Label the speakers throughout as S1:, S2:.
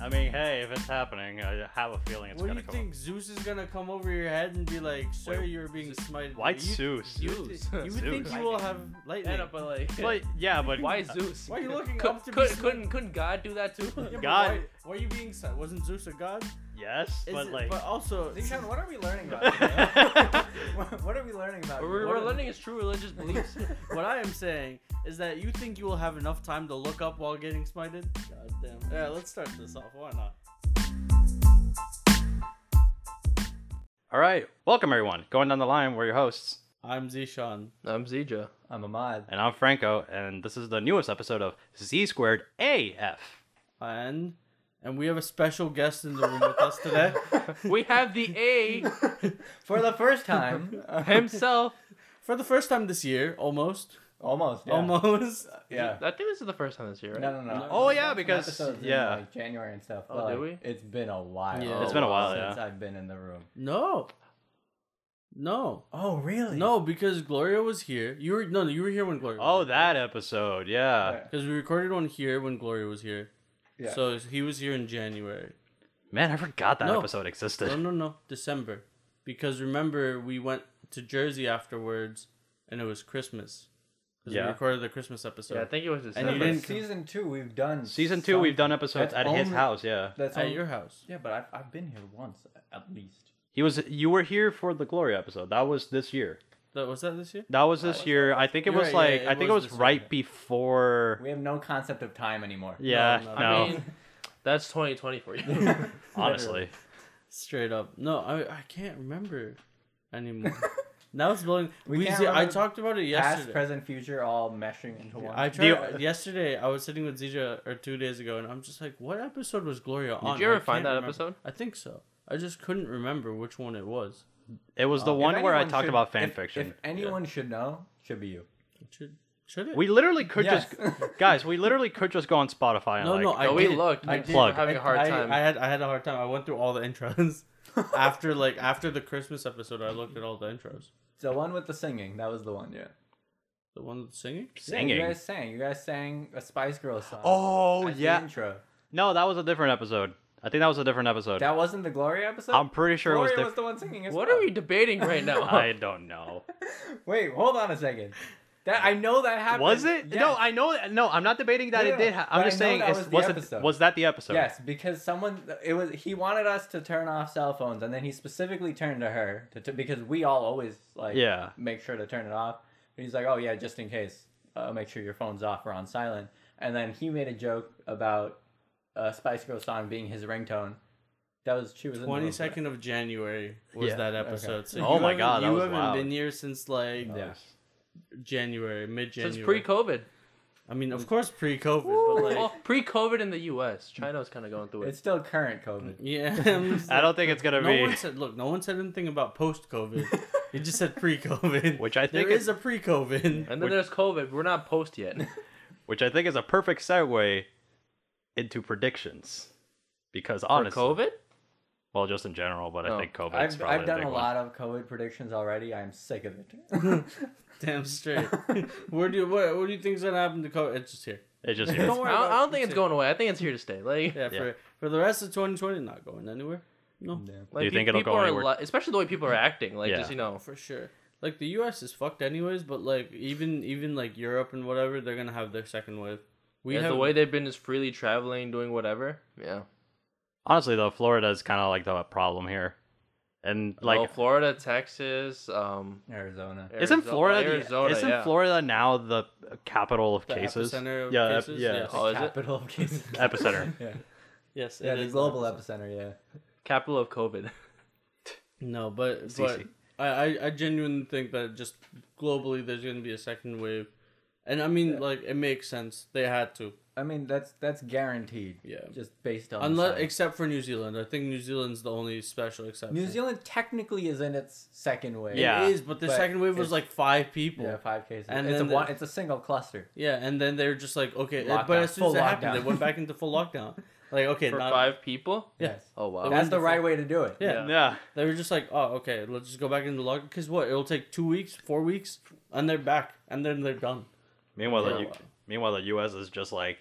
S1: I mean, hey, if it's happening, I have a feeling it's
S2: what do
S1: gonna
S2: you
S1: come.
S2: think? Zeus is gonna come over your head and be like, "Sir,
S1: Wait,
S2: you're being smited."
S1: up. Why
S2: You-
S1: Zeus?
S2: You,
S3: Zeus.
S2: would thi- you would think
S1: Zeus.
S2: you will have lightning.
S3: up, but like,
S1: But yeah, but uh,
S3: why Zeus?
S2: Why are you looking
S3: could,
S2: up to be
S3: could,
S2: smart?
S3: couldn't couldn't God do that too?
S2: Yeah, but
S1: God-
S2: Why, why are you being smited? Wasn't Zeus a god?
S1: Yes,
S2: Is
S1: but
S2: it-
S1: like.
S2: but also,
S4: Zeton, what are we learning about? you, man? what, what are we learning about?
S3: we're,
S4: you?
S3: we're
S4: What are-
S3: learning his true religious beliefs.
S2: what I am saying is that you think you will have enough time to look up while getting smited. God damn. Yeah, let's start this off. Why not?
S1: All right, welcome everyone. Going down the line, we're your hosts,
S2: I'm Zishan.
S3: I'm Zija.
S4: I'm Ahmad.
S1: and I'm Franco, and this is the newest episode of Z Squared AF.
S2: And and we have a special guest in the room with us today.
S3: We have the A
S4: For the first time, uh,
S3: himself.
S2: For the first time this year, almost.
S4: almost, yeah.
S2: Almost.
S4: yeah.
S3: I think this is the first time this year, right?
S4: No, no, no.
S1: Oh, yeah,
S4: That's an
S1: because-
S4: episodes in,
S1: yeah.
S4: like January and stuff.
S3: Oh,
S4: but,
S3: did
S4: like, It's been a while.
S2: Yeah. It's
S1: been a while,
S4: since
S1: yeah.
S4: I've been in the room.
S2: No. No.
S4: Oh, really?
S2: No, because Gloria was here. You were no, no you were here when Gloria.
S1: Oh, that episode, yeah.
S2: Because we recorded one here when Gloria was here.
S4: Yeah.
S2: So he was here in January.
S1: Man, I forgot that
S2: No.
S1: episode existed.
S2: No, no, no, December. Because remember, we went to Jersey afterwards, and it was Christmas. 'Cause
S1: Yeah.
S2: We recorded the Christmas episode.
S3: Yeah, I think it was the
S2: And you
S3: same.
S4: But
S2: didn't-
S4: season two, we've done.
S1: Season two, we've done episodes at
S4: That's
S1: his
S4: only-
S1: house. Yeah,
S4: That's
S2: at
S4: on-
S2: your house.
S4: Yeah, but I've, I've been here once at least.
S1: he was. You were here for the Glory episode. That was this year.
S2: That was that this year?
S1: That was this year. I think it
S2: You're
S1: was
S2: right, yeah,
S1: like.
S2: it
S1: I think
S2: was
S1: it
S2: this
S1: was right
S2: year.
S1: before.
S4: We have no concept of time anymore.
S1: yeah,
S2: no,
S1: no.
S2: no.
S3: I mean, that's 2020 for you.
S1: honestly,
S2: Straight up. No, I I can't remember anymore. now it's blowing.
S4: We
S2: We,
S4: can't
S2: see, I
S4: remember
S2: talked about it
S4: Past,
S2: yesterday.
S4: present, future, all meshing into one.
S2: I
S1: Do you-
S2: tried yesterday. I was sitting with Zija or two days ago, and I'm just like, what episode was Gloria on?
S3: you ever
S2: I can't
S3: find that
S2: remember.
S3: episode?
S2: I think so. I just couldn't remember which one it was.
S1: it was the
S4: Uh, If
S1: one where I
S4: anyone
S1: talked
S4: should-
S1: about fan
S4: if-
S1: fiction.
S4: If anyone should know, should be you.
S2: Should should it?
S1: we literally could
S4: Yes.
S1: just, guys. We literally could just go on Spotify and
S2: no,
S1: like,
S2: no.
S3: No,
S2: I
S3: we
S2: did.
S3: looked.
S2: I
S3: I
S2: did.
S3: were having a
S2: I-
S3: hard
S2: I,
S3: time.
S2: I had I had a hard time. I went through all the intros after like after the Christmas episode. I looked at all the intros.
S4: The one with the singing, that was the one, yeah.
S2: The one with the singing.
S1: singing.
S4: Yeah, you guys sang. You guys sang a Spice Girls song.
S1: oh
S4: at the
S1: yeah,
S4: intro.
S1: no, that was a different episode. I think that was a different episode.
S4: That wasn't the Gloria episode.
S1: I'm pretty sure it was
S4: Gloria was,
S1: different.
S4: the one singing. as
S3: what
S4: well.
S3: are we debating right now?
S1: I don't know.
S4: Wait, hold on a second. That I know that happened.
S1: Was it?
S4: Yes.
S1: No, I know. No, I'm not debating that
S4: No,
S1: it
S4: no,
S1: did. Ha- I'm
S4: but I
S1: just
S4: know
S1: saying,
S4: that
S1: it's,
S4: was the
S1: was, it,
S4: episode.
S1: was that the episode?
S4: Yes, because someone it was he wanted us to turn off cell phones, and then he specifically turned to her to, to because we all always like
S1: Yeah.
S4: make sure to turn it off. And he's like, oh yeah, just in case, uh, make sure your phone's off or on silent. And then he made a joke about uh, Spice Girls song being his ringtone. That was she was in the
S2: Twenty
S4: room for that.
S2: second of January was
S1: Yeah,
S2: that episode.
S4: okay.
S2: So
S1: Oh
S2: you
S1: my
S2: haven't-
S1: God, that
S2: you
S1: was
S2: haven't
S1: wild.
S2: been here since like
S4: Yeah.
S2: January, mid
S3: Since
S2: January.
S3: pre-COVID.
S2: I mean, of course, pre COVID, but like
S3: Well, pre-COVID in the U.S. China was kind of going through it.
S4: It's still current COVID.
S2: yeah. I'm just
S1: I
S2: like-
S1: don't think it's gonna
S2: No
S1: be.
S2: one said. Look, no one said anything about post COVID. It just said pre COVID,
S1: Which I think
S2: there
S1: is-
S2: is a pre COVID.
S3: And then there's COVID. We're not post yet.
S1: which I think is a perfect segue into predictions. Because
S3: For
S1: honestly,
S3: COVID?
S1: well, just in general, but
S3: No.
S1: I think COVID is
S4: I've,
S1: probably
S4: I've done
S1: the
S4: a
S1: big
S4: lot of COVID predictions already. I'm sick of it.
S2: Damn straight. Where do you, what, what do you think's gonna happen to COVID? It's just here.
S1: one. It just
S3: I
S1: is.
S3: don't,
S2: worry about
S3: I
S2: it.
S3: don't think it's
S2: It's-
S3: going away. I think it's here to stay. Like,
S2: Yeah, for for the rest of 2020, not going anywhere. No,
S3: like
S1: you
S3: pe-
S1: think it'll go
S3: people are
S1: anywhere?
S3: li- especially the way people are acting. Like,
S1: Yeah.
S3: just you know,
S2: for sure. Like the U.S. is fucked anyways, but like even even like Europe and whatever, they're gonna have their second wave. We
S3: yeah,
S2: have
S3: the way they've been is freely traveling, doing whatever. Yeah.
S1: honestly, though, Florida is kind of like the problem here, and like.
S3: Like Florida, Texas. Um,
S4: Arizona.
S1: isn't
S3: Arizo-
S1: Florida, the-
S3: Arizona?
S1: isn't
S3: yeah.
S1: Florida now the capital of
S2: The
S1: cases?
S2: epicenter of
S1: yeah, ep-
S2: cases?
S1: yeah,
S2: Yes.
S3: Oh, is it
S4: Capital of cases.
S1: epicenter.
S4: yeah,
S2: yes,
S4: yeah
S2: it
S4: the
S2: is
S4: global
S2: that.
S4: epicenter. Yeah.
S3: capital of COVID?
S2: No, but but
S1: CC.
S2: I, I I genuinely think that just globally there's gonna be a second wave, and I mean like it makes sense. They had to
S4: I mean that's that's guaranteed.
S2: Yeah.
S4: Just based on
S2: unless
S4: science.
S2: except for New Zealand. I think New Zealand's the only special exception.
S4: New Zealand technically is in its second wave.
S1: Yeah.
S2: It is, but the
S4: But
S2: second wave was
S4: it's-
S2: like five people.
S4: Yeah,
S2: Yeah,
S4: five cases.
S2: And
S4: it's a
S2: then the-
S4: one, it's a single cluster.
S2: and then they were just like, okay, but
S4: Lockdown.
S2: as soon
S4: Full
S2: as that happened,
S4: lockdown.
S2: they went back into full lockdown. Like, okay,
S3: For
S2: not,
S3: five people?
S2: Yeah.
S4: Yes.
S3: Oh wow.
S2: That-
S4: That's the right way to do it.
S2: Yeah.
S3: Yeah.
S1: yeah.
S2: they were just like, oh, okay, let's just go back into lockdown. Because what? It'll take two weeks, four weeks, and they're back, and then they're done.
S1: Meanwhile,
S2: Yeah.
S1: the U- meanwhile the U.S. is just like,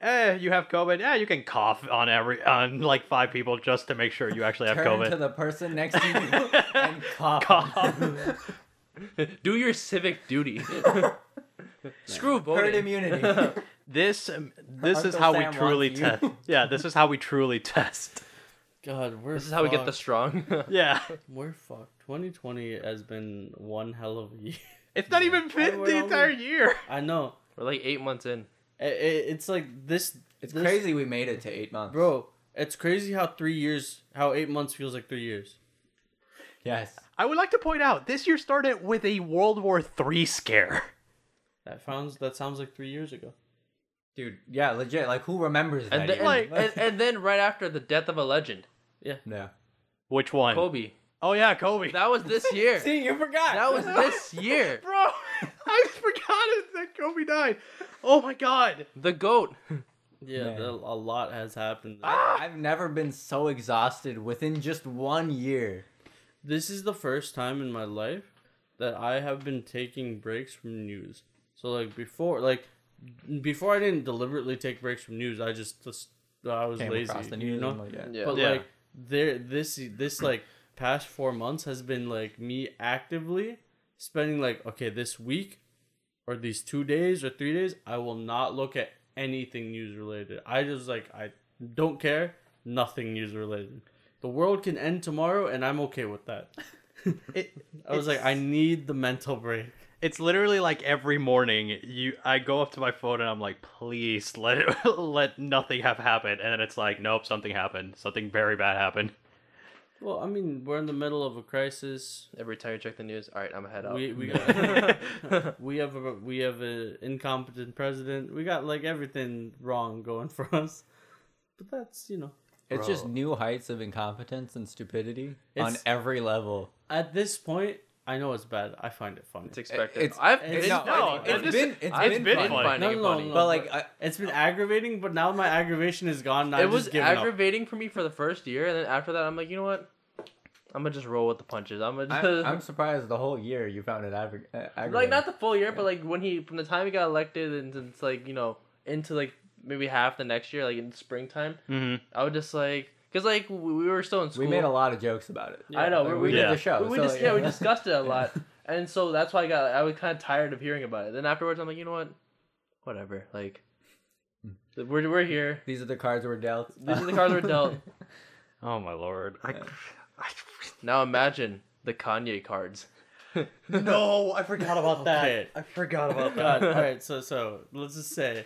S1: eh, you have COVID. Yeah, you can cough on every on like five people just to make sure you actually have
S4: Turn to
S1: COVID.
S4: the person next to you and cough.
S1: Cough.
S3: Do your civic duty. Screw
S4: Herd
S3: voting.
S4: immunity.
S1: this um, this is
S4: Uncle
S1: how
S4: Sam
S1: we
S4: wants
S1: truly
S4: you.
S1: test. Yeah, this is how we truly test.
S2: God, we're
S3: This is how we get the
S2: fucked.
S3: strong.
S1: Yeah,
S2: We're fucked. 2020 has been one hell of a year.
S1: it's not even
S2: And
S1: been
S2: we're
S1: the
S2: only-
S1: entire year.
S2: I know.
S3: We're like eight months in.
S2: I- I- it's like this.
S4: it's
S2: this-
S4: crazy we made it to eight months.
S2: bro. It's crazy how three years, how eight months feels like three years.
S4: Yes.
S1: I would like to point out this year started with a World War III scare.
S2: That sounds that sounds like three years ago.
S4: Dude, yeah, legit. Like, who remembers that?
S3: And then,
S4: year?
S1: Like-
S3: and, and then right after the death of a legend,
S4: no.
S1: Which one?
S3: Kobe.
S1: Oh yeah, Kobe.
S3: That was this year.
S4: See, you forgot.
S3: That was this year.
S1: Bro, I forgot that Kobe died. Oh my god.
S3: The goat.
S2: Yeah,
S4: Man.
S2: the- a lot has happened.
S4: I've never been so exhausted within just one year.
S2: This is the first time in my life that I have been taking breaks from news. So like before, like before I didn't deliberately take breaks from news. I just just I was
S4: Came
S2: lazy.
S4: across the
S2: you
S4: news.
S2: know?
S4: and like, yeah.
S2: But
S1: Yeah.
S2: like there this this like past 4 months has been like me actively spending like okay, this week or these 2 days or 3 days I will not look at anything news related. I just like I don't care, nothing news related. The world can end tomorrow and I'm okay with that.
S1: It,
S2: I was like I need the mental break.
S1: it's literally like every morning you I go up to my phone and I'm like, please let it, let nothing have happened. And then it's like, nope, something happened. Something very bad happened.
S2: Well, I mean, we're in the middle of a crisis.
S3: Every time you check the news, all right, I'm head out.
S2: We we got we have a we have an incompetent president. We got like everything wrong going for us. But that's you know
S4: It's just
S3: Bro.
S4: new heights of incompetence and stupidity on
S2: It's-
S4: every level.
S2: at this point I know it's bad. I find it funny.
S3: it's expected.
S4: It's-
S3: I've
S2: it's-
S3: been
S2: no,
S3: finding
S1: it's
S3: it.
S1: been-
S4: it's
S3: I've
S4: been
S3: been
S4: funny.
S3: finding
S2: No,
S3: it
S2: no,
S3: funny.
S2: no,
S4: But like, I,
S2: it's been aggravating, but now my aggravation is gone. and
S3: it
S2: I've
S3: was
S2: just given up.
S3: aggravating for me for the first year, and then after that, I'm like, you know what? I'm gonna just roll with the punches. I'm gonna
S4: I,
S3: just,
S4: I'm surprised the whole year you found it aggra- uh, aggravating.
S3: like not the full year, but like when he from the time he got elected and it's like you know into like maybe half the next year, like in springtime,
S1: Mm-hmm.
S3: I would just like because like we we were still in school.
S4: we made a lot of jokes about it.
S3: I know
S4: Like,
S3: we,
S4: we
S3: we,
S1: Yeah.
S4: did the show.
S3: We, we
S4: so,
S3: just
S4: like-
S3: yeah, we discussed it a lot, and so that's why I got I was kind of tired of hearing about it. Then afterwards, I'm like, you know what, whatever. Like,
S4: Hmm.
S3: we're we're here.
S4: These are the cards we're dealt.
S3: These are the cards we're dealt.
S1: Oh my lord. I,
S3: Now imagine the Kanye cards.
S1: no, I forgot about that.
S2: Okay.
S1: I forgot about
S2: God, all right. So so let's just say,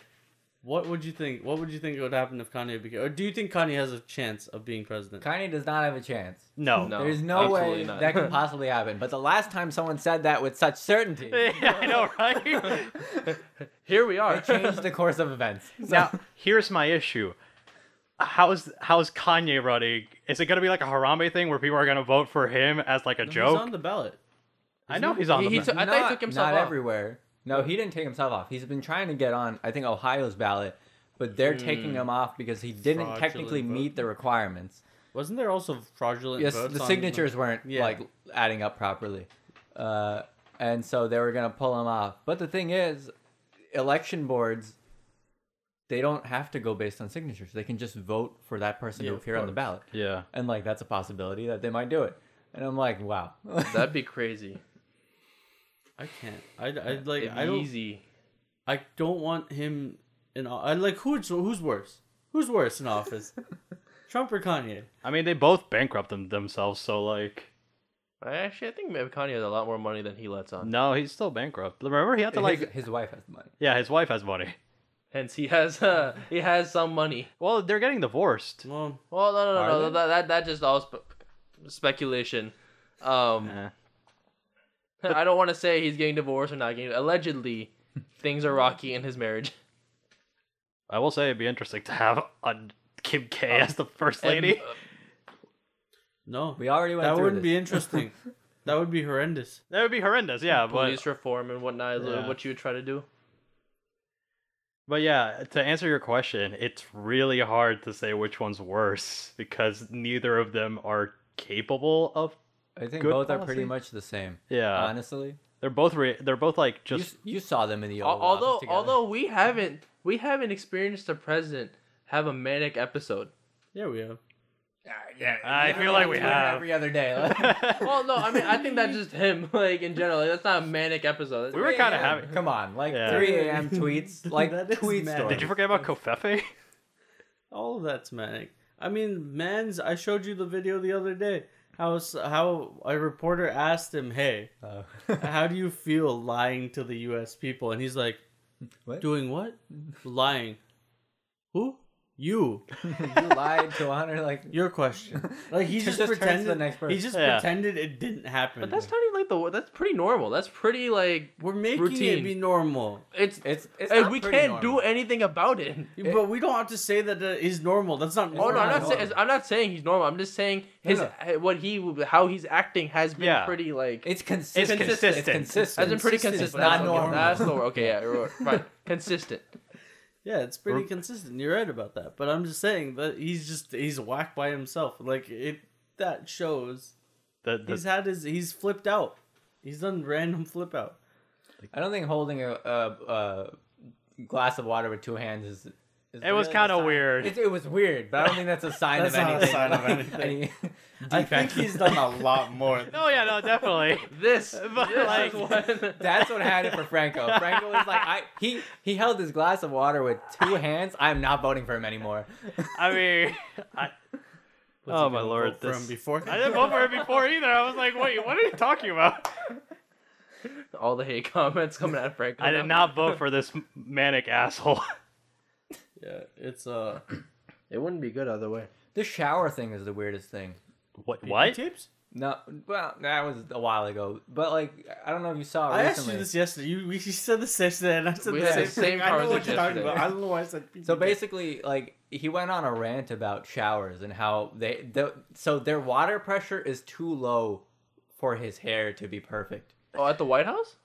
S2: what would you think? What would you think would happen if Kanye became? Or do you think Kanye has a chance of being president?
S4: Kanye does not have a chance.
S1: No.
S3: No.
S4: There's no
S3: absolutely
S4: way
S3: not.
S4: that could possibly happen. But the last time someone said that with such certainty, it
S1: Yeah, I know, right?
S3: Here we are.
S4: changed the course of events. So-
S1: now, here's my issue. How's how's Kanye running? Is it gonna be like a Harambe thing where people are gonna vote for him as like a
S2: He's
S1: joke?
S2: on the ballot.
S1: I know he's on
S3: He-
S1: the.
S3: he
S1: ba-
S3: took- I thought he took himself
S4: not
S3: off.
S4: everywhere. No, he didn't take himself off. He's been trying to get on. I think Ohio's ballot, but they're taking
S3: Hmm.
S4: him off because he didn't
S2: Fraudulent
S4: technically
S2: vote.
S4: meet the requirements.
S2: Wasn't there also fraudulent?
S4: Yes,
S2: votes
S4: the
S2: on-
S4: signatures weren't
S2: Yeah.
S4: like adding up properly, uh, and so they were gonna pull him off. But the thing is, election boards. They don't have to go based on signatures. They can just vote for that person
S2: Yeah,
S4: to
S2: of
S4: appear on the
S2: course.
S4: ballot.
S1: yeah.
S4: and like that's a possibility that they might do it and i'm like wow
S3: That'd be crazy.
S2: I can't. I, I like.
S3: It'd be
S2: I don't.
S3: easy.
S2: I don't want him in. o- I like who's who's worse. Who's worse in office, Trump or Kanye?
S1: I mean, they both bankrupt them, themselves, so like,
S3: I actually I think maybe Kanye has a lot more money than he lets on.
S1: no, he's still bankrupt. Remember, he had to like,
S4: his, his wife has the money
S1: yeah, his wife has money.
S3: Hence he has uh, he has some money.
S1: Well, they're getting divorced.
S2: Well,
S3: Well, no, no,
S4: Are
S3: no, no
S4: they?
S3: that, that that just all spe- speculation. Um,
S1: Eh.
S3: I don't want to say he's getting divorced or not getting. Allegedly, things are rocky in his marriage.
S1: I will say it'd be interesting to have a Kim K as the first lady.
S3: And,
S2: no,
S4: we already went
S2: that
S4: through
S2: wouldn't
S4: this.
S2: be interesting. that would be horrendous.
S1: That would be horrendous, yeah.
S3: uh,
S1: But
S3: police reform and whatnot is uh,
S1: Yeah.
S3: what you would try to do.
S1: but yeah, to answer your question, it's really hard to say which one's worse because neither of them are capable of.
S4: i think
S1: good
S4: both are
S1: policy.
S4: pretty much the same
S1: Yeah,
S4: honestly
S1: they're both re- they're both like
S4: You
S1: just
S4: s- you, saw them in the
S3: Al-
S4: old
S3: although although we haven't We haven't experienced the president have a manic episode.
S2: Yeah, we have.
S4: yeah,
S1: I feel like we have.
S4: every other day. like-
S3: Well, no, I mean I think that's just him. Like in general, like, that's not a manic episode.
S1: We were kind of happy.
S4: Come on, like
S1: Yeah.
S4: 3 a.m. tweets, like
S2: That is
S4: tweet
S2: mad.
S4: stories.
S1: Did you forget about Kofefe?
S2: All of that's manic. I mean, man's. I showed you the video the other day. How s- how a reporter asked him, "Hey,
S4: Oh.
S2: how do you feel lying to the U.S. people?" And he's like,
S4: What?
S2: "Doing what? lying? Who? You?
S4: you lied to honor, like
S2: Your question?" Like he
S4: It
S2: just,
S4: just turns to
S2: pretended.
S4: the next person.
S2: he just
S1: Yeah.
S2: pretended it didn't happen.
S3: But that's not even like the. That's pretty normal. That's pretty like
S2: we're making
S3: routine.
S2: it be normal.
S3: it's
S4: it's. it's
S3: and
S4: not
S3: we
S4: pretty
S3: can't do
S4: normal.
S3: anything about it.
S2: but we don't have to say that that is normal. That's not.
S3: Oh
S2: Normal.
S3: no, I'm not
S4: normal.
S3: saying I'm not saying he's normal. I'm just saying his uh,
S4: No,
S3: what he how he's acting has been
S1: Yeah.
S3: pretty like
S4: It's consistent.
S1: consistent.
S4: It's consistent.
S3: has been pretty consistent.
S4: It's not
S3: that's, okay,
S4: normal.
S3: that's the word. Okay, yeah, right. right. consistent.
S2: Yeah, it's pretty consistent. You're right about that. But I'm just saying that he's just he's whacked by himself. Like it that shows
S1: The, the,
S2: he's had his he's flipped out. He's done random flip out.
S4: I don't think holding a, a, a glass of water with two hands is. is
S1: it was
S4: really a
S1: kind of
S4: sign.
S1: weird.
S4: It, it was weird, but I don't think that's a sign
S2: That's
S4: of
S2: not a
S4: anything.
S2: sign of anything.
S4: Any
S2: I think
S4: defect.
S2: he's done a lot more.
S1: Oh yeah, no, definitely.
S3: This,
S1: But,
S3: this
S1: like,
S3: is what-
S4: That's what had it for Franco. Franco was like, I he he held his glass of water with two hands. I'm not voting for him anymore.
S1: I mean, I, oh my lord,
S2: from
S1: this.
S2: before.
S1: I didn't vote for it before either. I was like, wait, what are you talking about?
S3: all the hate comments coming out of Frank.
S1: I did not vote for this manic asshole.
S2: Yeah, it's uh
S3: It wouldn't be good other way.
S4: The shower thing is the weirdest thing.
S1: What? What?
S2: tips?
S4: No, well, that was a while ago. But like, I don't know if you saw it
S2: I asked
S4: recently.
S2: you this yesterday. You we you said this yesterday and I said
S3: Oh, We
S2: the
S3: had
S2: same,
S3: the same
S2: thing. I know what
S3: conversation
S2: you're talking about.
S3: yesterday.
S2: I don't know why I said PPT.
S4: So basically, like he went on a rant about showers and how they the so their water pressure is too low for his hair to be perfect.
S3: Oh, at the White House,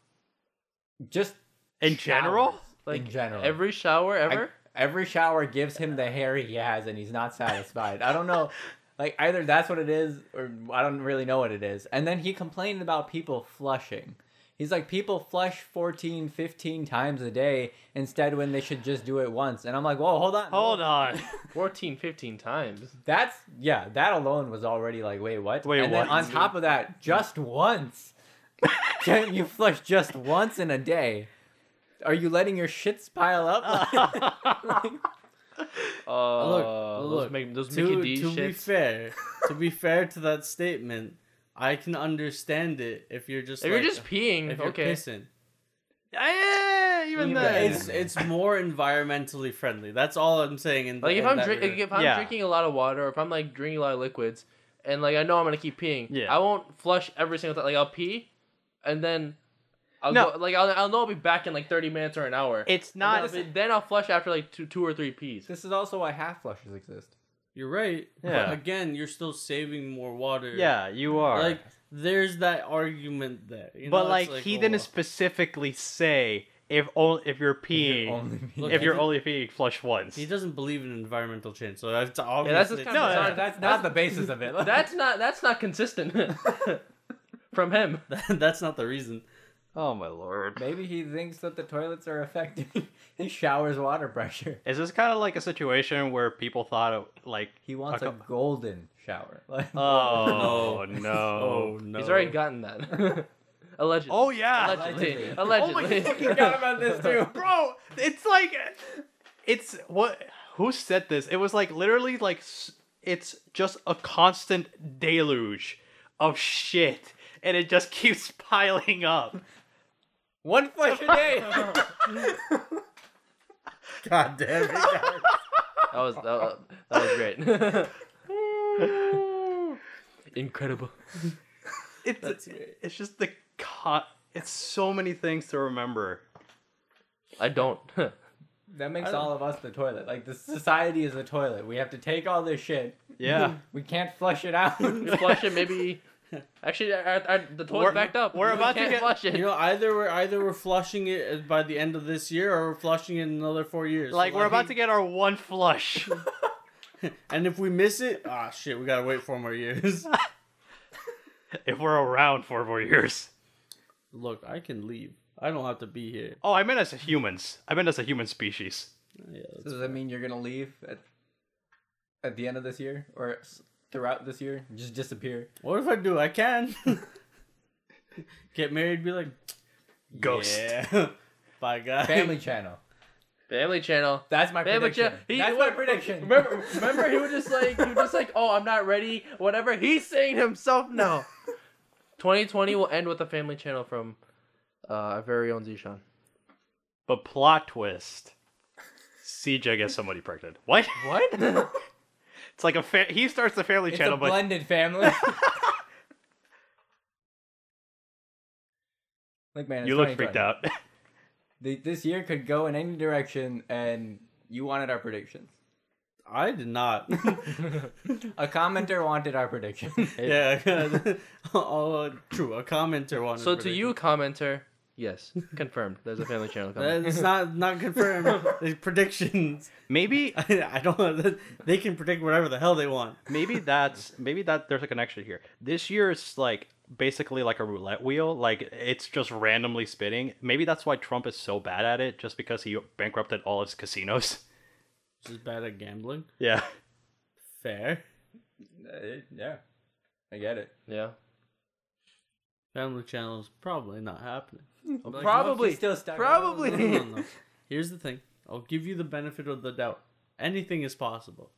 S4: Just
S1: In general?
S4: showers, in general, every
S3: every shower ever.
S4: every shower gives him the hair he has, and he's not satisfied. I don't know. Like either that's what it is, or I don't really know what it is. And then he complained about people flushing. He's like, people flush 14, 15 times a day instead when they should just do it once. And I'm like, whoa, hold on.
S1: Hold on.
S3: 14, 15 times.
S4: That's yeah, that alone was already like, wait, what?
S1: Wait,
S4: and
S1: what?
S4: Then on top of that, just once. Jen, you flush just once in a day. Are you letting your shits pile up?
S3: Uh,
S2: Look,
S3: those,
S2: look,
S3: Mic- those
S2: to,
S3: Mickey D
S2: to be
S3: shits.
S2: fair, to be fair to that statement, I can understand it if you're just
S3: if
S2: like,
S3: you're just peeing,
S2: if you're
S3: okay.
S2: pissing.
S1: Eh, even
S4: Even
S1: then.
S2: It's it's more environmentally friendly. That's all I'm saying. In
S3: Like
S2: in
S3: if I'm
S2: that
S3: drink,
S2: regard.
S3: if I'm
S1: Yeah.
S3: drinking a lot of water, or if I'm like drinking a lot of liquids, and like I know I'm gonna keep peeing,
S1: Yeah.
S3: I won't flush every single time. Like I'll pee, and then I'll
S1: No.
S3: go, like I'll, I'll know I'll be back in like 30 minutes or an hour.
S1: It's
S3: And then
S1: not.
S3: I'll be- then I'll flush after like two two or three pees.
S4: this is also why half flushes exist.
S2: you're right.
S1: Yeah.
S2: But again, you're still saving more water.
S1: Yeah, you are.
S2: Like there's that argument there. you
S1: but
S2: know,
S1: like,
S2: it's
S1: he
S2: oh,
S1: didn't
S2: well.
S1: specifically say if only if you're peeing,
S4: Only me.
S2: Look,
S1: if
S2: he
S1: you're
S2: did-
S1: only peeing, flush once.
S2: He doesn't believe in environmental change, so that's all.
S3: Yeah, that's just kind
S1: No,
S3: of
S1: yeah,
S4: that's, that's not the basis of it.
S3: that's not that's not consistent from him.
S2: that's not the reason.
S1: Oh my lord.
S4: Maybe he thinks that the toilets are affecting his shower's water pressure.
S1: Is this kind of like a situation where people thought it, like
S4: He wants
S1: a
S4: a
S1: co-
S4: golden shower. Like,
S1: Oh no.
S2: Oh no,
S3: He's already gotten that. Allegedly.
S1: Oh yeah. Oh
S3: Allegedly.
S4: Allegedly.
S3: Allegedly.
S4: forgot about this too.
S1: Bro, it's like it's what who said this? It was like literally like s- it's just a constant deluge of shit and it just keeps piling up.
S4: One flush a day.
S2: God damn it.
S3: that was that, was- that was great. Incredible.
S1: It's it's just the con- it's so many things to remember.
S3: I don't.
S4: That makes all of us the toilet. Like the society is the toilet. We have to take all this shit.
S1: Yeah.
S4: We can't flush it out.
S3: You flush it maybe. Actually, I, I, I, the
S1: We're-
S3: toilet's backed up.
S1: we're
S3: We
S1: about to
S3: can't
S1: get-
S3: flush it.
S2: You know, either we're either we're flushing it uh, by the end of this year, or we're flushing it in another four years. So,
S1: Like we're about to get our one flush.
S2: and if we miss it, ah, shit, we gotta wait four more years.
S1: if we're around for more years.
S2: Look, I can leave. I don't have to be here.
S1: Oh, I meant as humans. I meant as a human species.
S2: Yeah,
S4: So does that mean you're gonna leave at at the end of this year or s- throughout this year? Just disappear?
S2: what if I do? I can get married. Be like
S1: Ghost.
S2: Yeah. Bye, guys.
S4: Family Channel.
S3: Family Channel.
S4: That's my
S3: Family
S4: prediction.
S3: Channel. He-
S4: That's my
S3: what-
S4: prediction.
S3: Remember, remember, he was just like, he was just like, oh, I'm not ready. Whatever. He's saying himself no. 2020 will end with the Family Channel from uh, our very own Zishan.
S1: But plot twist. CJ gets somebody pregnant. What?
S3: What?
S1: It's like a fa- he starts the Family
S4: it's
S1: Channel,
S4: a
S1: but
S4: blended family. Look, man, it's
S1: you look freaked
S4: 2020.
S1: out.
S4: The, this year could go in any direction, and you wanted our predictions.
S2: I did not.
S4: A commenter wanted our prediction.
S2: yeah. oh, true. A commenter wanted.
S3: So to
S2: prediction.
S3: you, commenter, yes, confirmed. There's a Family Channel coming.
S2: That- It's not not confirmed. It's predictions.
S1: maybe
S2: I, I don't. They can predict whatever the hell they want.
S1: maybe that's maybe that there's a connection here. This year is like basically like a roulette wheel. Like it's just randomly spinning. Maybe that's why Trump is so bad at it, just because he bankrupted all his casinos.
S2: This is bad at gambling.
S1: Yeah.
S2: Fair.
S4: yeah, I get it.
S3: Yeah.
S2: Family Channel is probably not happening. Like,
S3: Probably.
S4: still stuck.
S2: no, no,
S3: Probably.
S2: no, no. Here's the thing. I'll give you the benefit of the doubt. Anything is possible.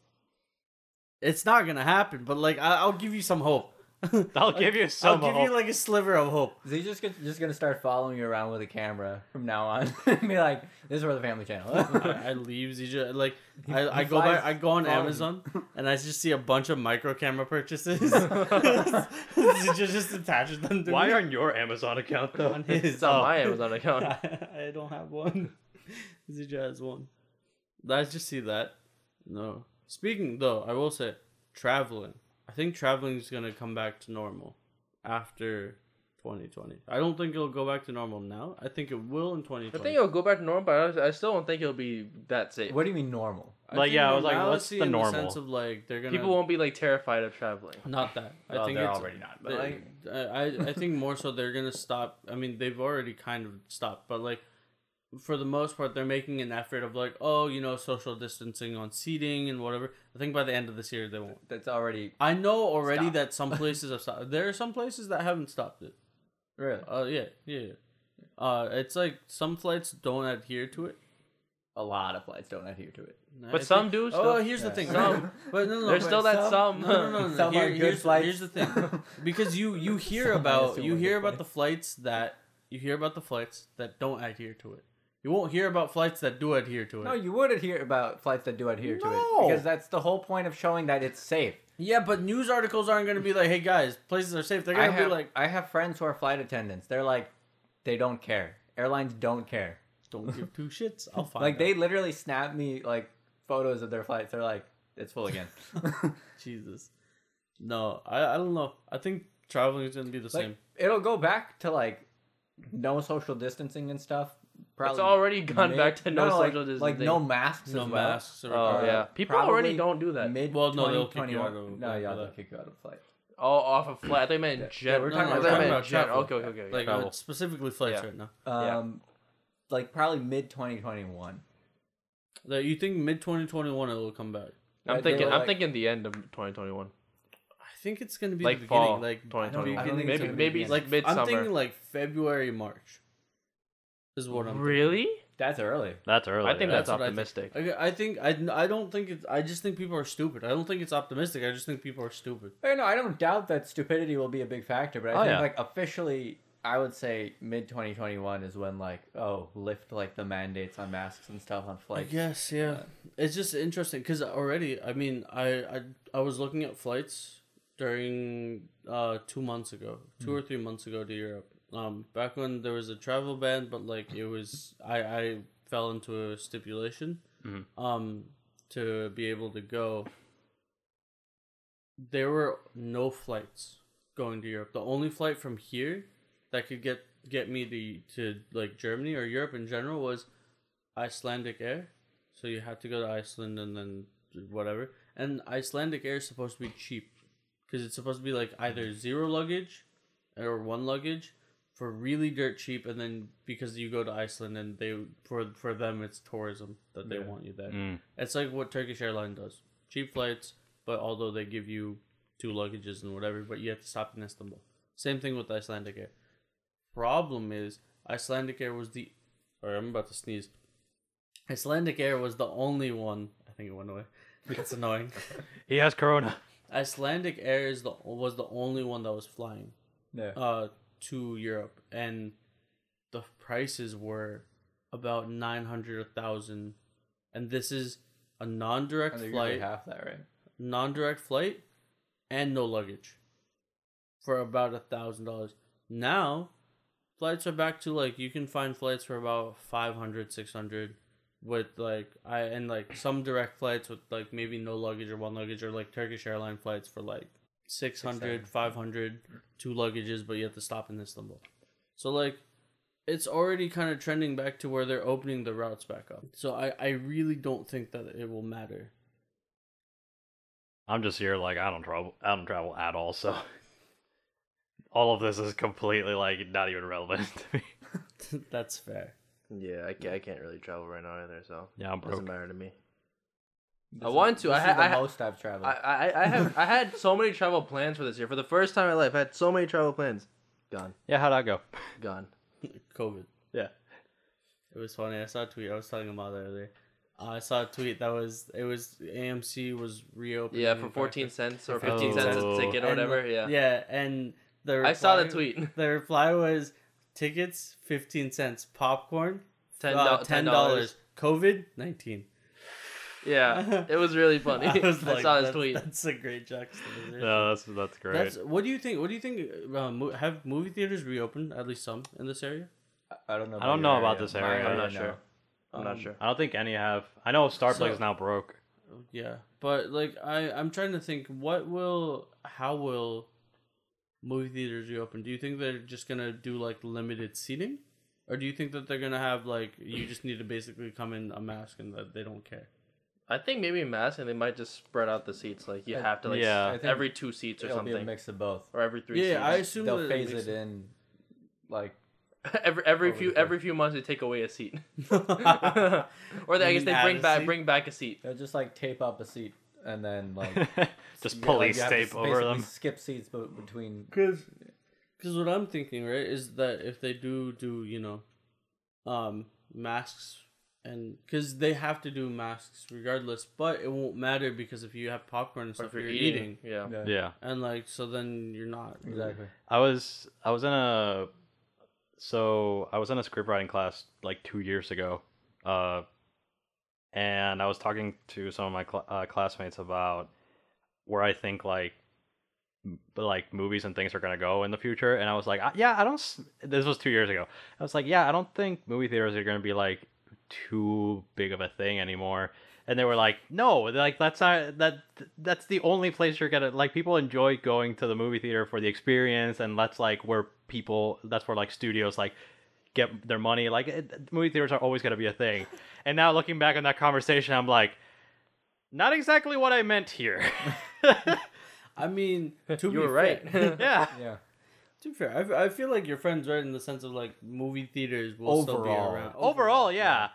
S2: It's not gonna happen, but like I, I'll give you some hope.
S1: I'll give you
S2: I'll
S1: some
S2: give
S1: hope.
S2: you like a sliver of hope.
S4: Is he just gonna, just gonna start following you around with a camera from now on? Be like, this is for the family channel.
S2: I, I leave ZJ like I, I
S4: he
S2: go
S4: flies
S2: back I go on
S4: flying.
S2: Amazon and I just see a bunch of micro camera purchases. ZJ just attaches them to
S1: Why
S2: me.
S1: on your Amazon account though?
S2: on his
S3: It's on
S2: oh.
S3: my Amazon account.
S2: I, I don't have one. ZJ has one. I just see that. No. Speaking though, I will say traveling. I think traveling is gonna come back to normal after 2020. I don't think it'll go back to normal now. I think it will in 2020.
S3: I think it'll go back to normal, but I I still don't think it'll be that safe.
S4: what do you mean normal?
S2: I
S1: Like,
S2: think
S1: yeah, I was like, what's
S2: normalcy
S1: the
S2: in
S1: normal?
S2: sense of like they're gonna
S3: People won't be like terrified of traveling.
S2: Not that. I
S1: Oh,
S4: Well,
S2: think
S4: they're
S2: it's,
S4: already not, but,
S2: they-
S4: like-
S2: I I- I think more so they're gonna stop. I mean, they've already kind of stopped, but like for the most part, they're making an effort of like, oh, you know, social distancing on seating and whatever. I think by the end of this year they won't.
S4: That's already
S2: I know already
S4: Stop.
S2: that some places have stopped. There are some places that haven't stopped it.
S4: really.
S2: Uh, yeah, yeah. yeah. Uh, it's like some flights don't adhere to it.
S4: A lot of flights don't adhere to it.
S2: I think-
S3: some do
S2: Oh,
S3: still.
S2: here's the
S4: Yeah.
S2: thing.
S4: Some.
S2: but no, no, no,
S3: There's
S2: but-
S3: still that some.
S4: some-
S2: no, no, no, no.
S4: Some
S2: Here-
S4: are good
S2: here's,
S4: flights.
S2: here's the thing, because you you hear
S4: Some I
S2: about
S4: assume
S2: you
S4: are
S2: hear
S4: good
S2: about the
S4: flights.
S2: flights that you hear about the flights that don't adhere to it. You won't hear about flights that do adhere to it.
S4: No, you would adhere about flights that do adhere to
S2: No.
S4: it because that's the whole point of showing that it's safe.
S2: yeah, but news articles aren't going to be like, "Hey guys, places are safe." They're
S4: I
S2: going to
S4: have
S2: be like,
S4: I have friends who are flight attendants. They're like, they don't care. Airlines don't care.
S2: "Don't give two shits. I'll find."
S4: Like they
S2: out."
S4: literally snap me like photos of their flights. They're like, it's full again.
S2: Jesus. No, I I don't know. I think traveling is going to be the
S4: like
S2: same.
S4: it'll go back to like no social distancing and stuff. Probably
S3: It's already gone
S4: mid-
S3: back to no,
S4: like-
S3: social distancing.
S4: Like no masks.
S2: No
S4: as well.
S2: masks. Or
S3: Oh
S4: Uh,
S3: yeah, people already
S4: probably
S3: don't do that.
S4: Mid
S2: Well, no, they'll kick you
S4: 2021.
S2: out of-
S4: No, yeah,
S2: of
S4: they'll
S2: that.
S4: kick you out of flight.
S3: Oh, off of flat. They meant jet.
S4: we're
S2: No, no,
S4: talking
S2: we're
S4: about-
S2: talking
S4: I
S2: about
S3: jet.
S2: travel.
S3: Okay, okay, okay.
S2: Like
S1: travel.
S2: uh, specifically flights
S3: Yeah.
S2: right now.
S3: Yeah.
S4: Um, like probably mid 2021.
S2: That you think mid 2021 it will come back?
S4: they
S3: I'm thinking.
S4: were
S3: I'm
S4: like-
S3: thinking the end of 2021.
S2: I think it's gonna be
S3: Like
S2: the
S3: fall,
S2: beginning, like
S3: 2021.
S4: I don't think it's
S2: beginning
S4: gonna
S2: to-
S4: be
S3: maybe
S4: the
S2: like
S3: beginning.
S2: I'm
S3: midsummer.
S2: thinking like February, March. Is what I'm.
S3: Really?
S4: That's early.
S1: That's early.
S3: I think
S1: yeah.
S3: that's
S2: what I think.
S3: optimistic.
S2: Okay, I think I, I don't think it's I just think people are stupid. I don't think it's optimistic. I just think people are stupid.
S4: I know Oh, I don't doubt that stupidity will be a big factor, but I
S1: Oh,
S4: think
S1: yeah.
S4: like officially, I would say mid 2021 is when like oh lift like the mandates on masks and stuff on
S2: I
S4: flights.
S2: guess yeah. It's just interesting because already I mean I, I I was looking at flights during uh two months ago, 2 or three months ago to Europe. Um, back when there was a travel ban, but like it was I I fell into a stipulation, um, to be able to go. There were no flights going to Europe. The only flight from here that could get get me to to like Germany or Europe in general was Icelandic Air. So you had to go to Iceland and then whatever. And Icelandic Air is supposed to be cheap because it's supposed to be like either zero luggage or one luggage for for really dirt cheap, and then because you go to Iceland and they for for them it's tourism that they want you there. It's like what Turkish airline does: cheap flights, but although they give you two luggages and whatever, but you have to stop in Istanbul. Same thing with Icelandic Air. Problem is, Icelandic Air was the, or I'm about to sneeze. Icelandic Air was the only one. I think it went away. That's annoying.
S1: He has corona.
S2: Icelandic Air is the was the only one that was flying
S4: Yeah.
S2: uh to Europe, and the prices were about nine hundred thousand, and this is a non-direct
S4: And they're usually
S2: flight,
S4: half that, right?
S2: non-direct flight, and no luggage, for about a thousand dollars. Now, flights are back to like you can find flights for about 500 600 with like i and like some direct flights with like maybe no luggage or one luggage or like turkish airline flights for like 600 500 two luggages but you have to stop in istanbul so like it's already kind of trending back to where they're opening the routes back up so i i really don't think that it will matter
S1: I'm just here like I don't travel. I don't travel at all. So all of this is completely like not even relevant to me.
S2: that's fair
S3: Yeah, I can't, I can't really travel right now either, so
S1: Yeah, I'm
S3: it doesn't
S1: broke.
S3: matter to me.
S4: This
S3: I
S4: is-
S3: want to. I
S4: This is
S3: ha-
S4: the
S3: I ha-
S4: most I've traveled.
S3: I, I, I have I had so many travel plans for this year. For the first time in my life, I had so many travel plans. Gone,
S1: Yeah, how'd I go?
S3: gone.
S2: COVID.
S1: Yeah.
S2: It was funny. I saw a tweet. I was telling about the earlier. I saw a tweet that was it was AMC was reopening.
S3: Yeah,
S2: in
S3: for
S2: fact-
S3: 14 cents or
S2: 15
S3: 15 cents a
S1: cents.
S3: ticket or
S2: and-
S3: whatever. Yeah.
S2: Yeah, and the
S3: I saw the
S2: reply-
S3: tweet.
S2: The reply was tickets fifteen cents, popcorn
S3: Ten
S2: uh,
S3: do-
S2: ten
S3: ten
S2: dollars,
S3: dollars.
S2: COVID nineteen.
S3: Yeah, it was really funny. I, saw this
S2: that's,
S3: tweet.
S2: That's a great juxtaposition.
S1: No, that's that's great.
S2: That's what do you think? What do you think? Uh, mo- have movie theaters reopened at least some in this area?
S4: I don't know.
S1: I don't
S4: your
S1: know about this
S4: My
S1: area, I'm
S3: not
S4: no.
S3: sure. I'm
S2: Um,
S3: not sure.
S1: I don't think any have. I know Starbucks
S2: So-
S1: is now broke.
S2: Yeah, but like I, I'm trying to think, what will, how will movie theaters reopen? Do you think they're just gonna do like limited seating, or do you think that they're gonna have like you just need to basically come in a mask and that they don't care?
S3: I think maybe in Madison they might just spread out the seats. Like you have to like
S1: yeah.
S4: I think
S3: every two seats or
S4: It'll be a
S3: something,
S4: mix of both.
S3: or every three.
S2: yeah, I
S3: seats.
S2: assume
S4: They'll
S2: that
S4: phase
S2: makes
S4: it in, like
S3: every every
S4: Over
S3: few
S4: the course.
S3: every few months they take away a seat,
S2: sense.
S3: or they, I
S2: You mean
S3: guess they
S2: add
S3: bring
S2: a
S3: back
S2: seat?
S3: bring back a seat.
S4: they'll just like tape up a seat and then like
S1: just
S4: yeah, like,
S1: police
S4: you have to
S1: tape
S4: s-
S1: over
S4: basically
S1: them.
S4: Skip seats, but between
S2: Because cause what I'm thinking, right, is that if they do do, you know, um, masks and because they have to do masks regardless, but it won't matter because if you have popcorn and
S3: Or
S2: stuff,
S3: if you're
S2: eating.
S3: eating, yeah.
S1: Yeah.
S2: and like so then you're not really-
S4: exactly.
S1: I was I was in a so I was in a script writing class like two years ago, uh, and I was talking to some of my cl- uh, classmates about where I think like m- like movies and things are gonna go in the future, and I was like, I, yeah, I don't. s- This was two years ago. I was like, yeah, I don't think movie theaters are gonna be like too big of a thing anymore. And they were like, no, like that's not that. That's the only place you're gonna like. People enjoy going to the movie theater for the experience, and that's like where people. That's where like studios like get their money. Like it, movie theaters are always gonna be a thing. And now looking back on that conversation, I'm like, not exactly what I meant here.
S2: i mean to
S3: You
S2: be
S3: were right.
S2: fair,
S1: yeah.
S4: Yeah,
S2: to be fair I, f- I feel like your friend's right in the sense of like movie theaters will still be
S4: Overall.
S2: around
S1: Overall, yeah.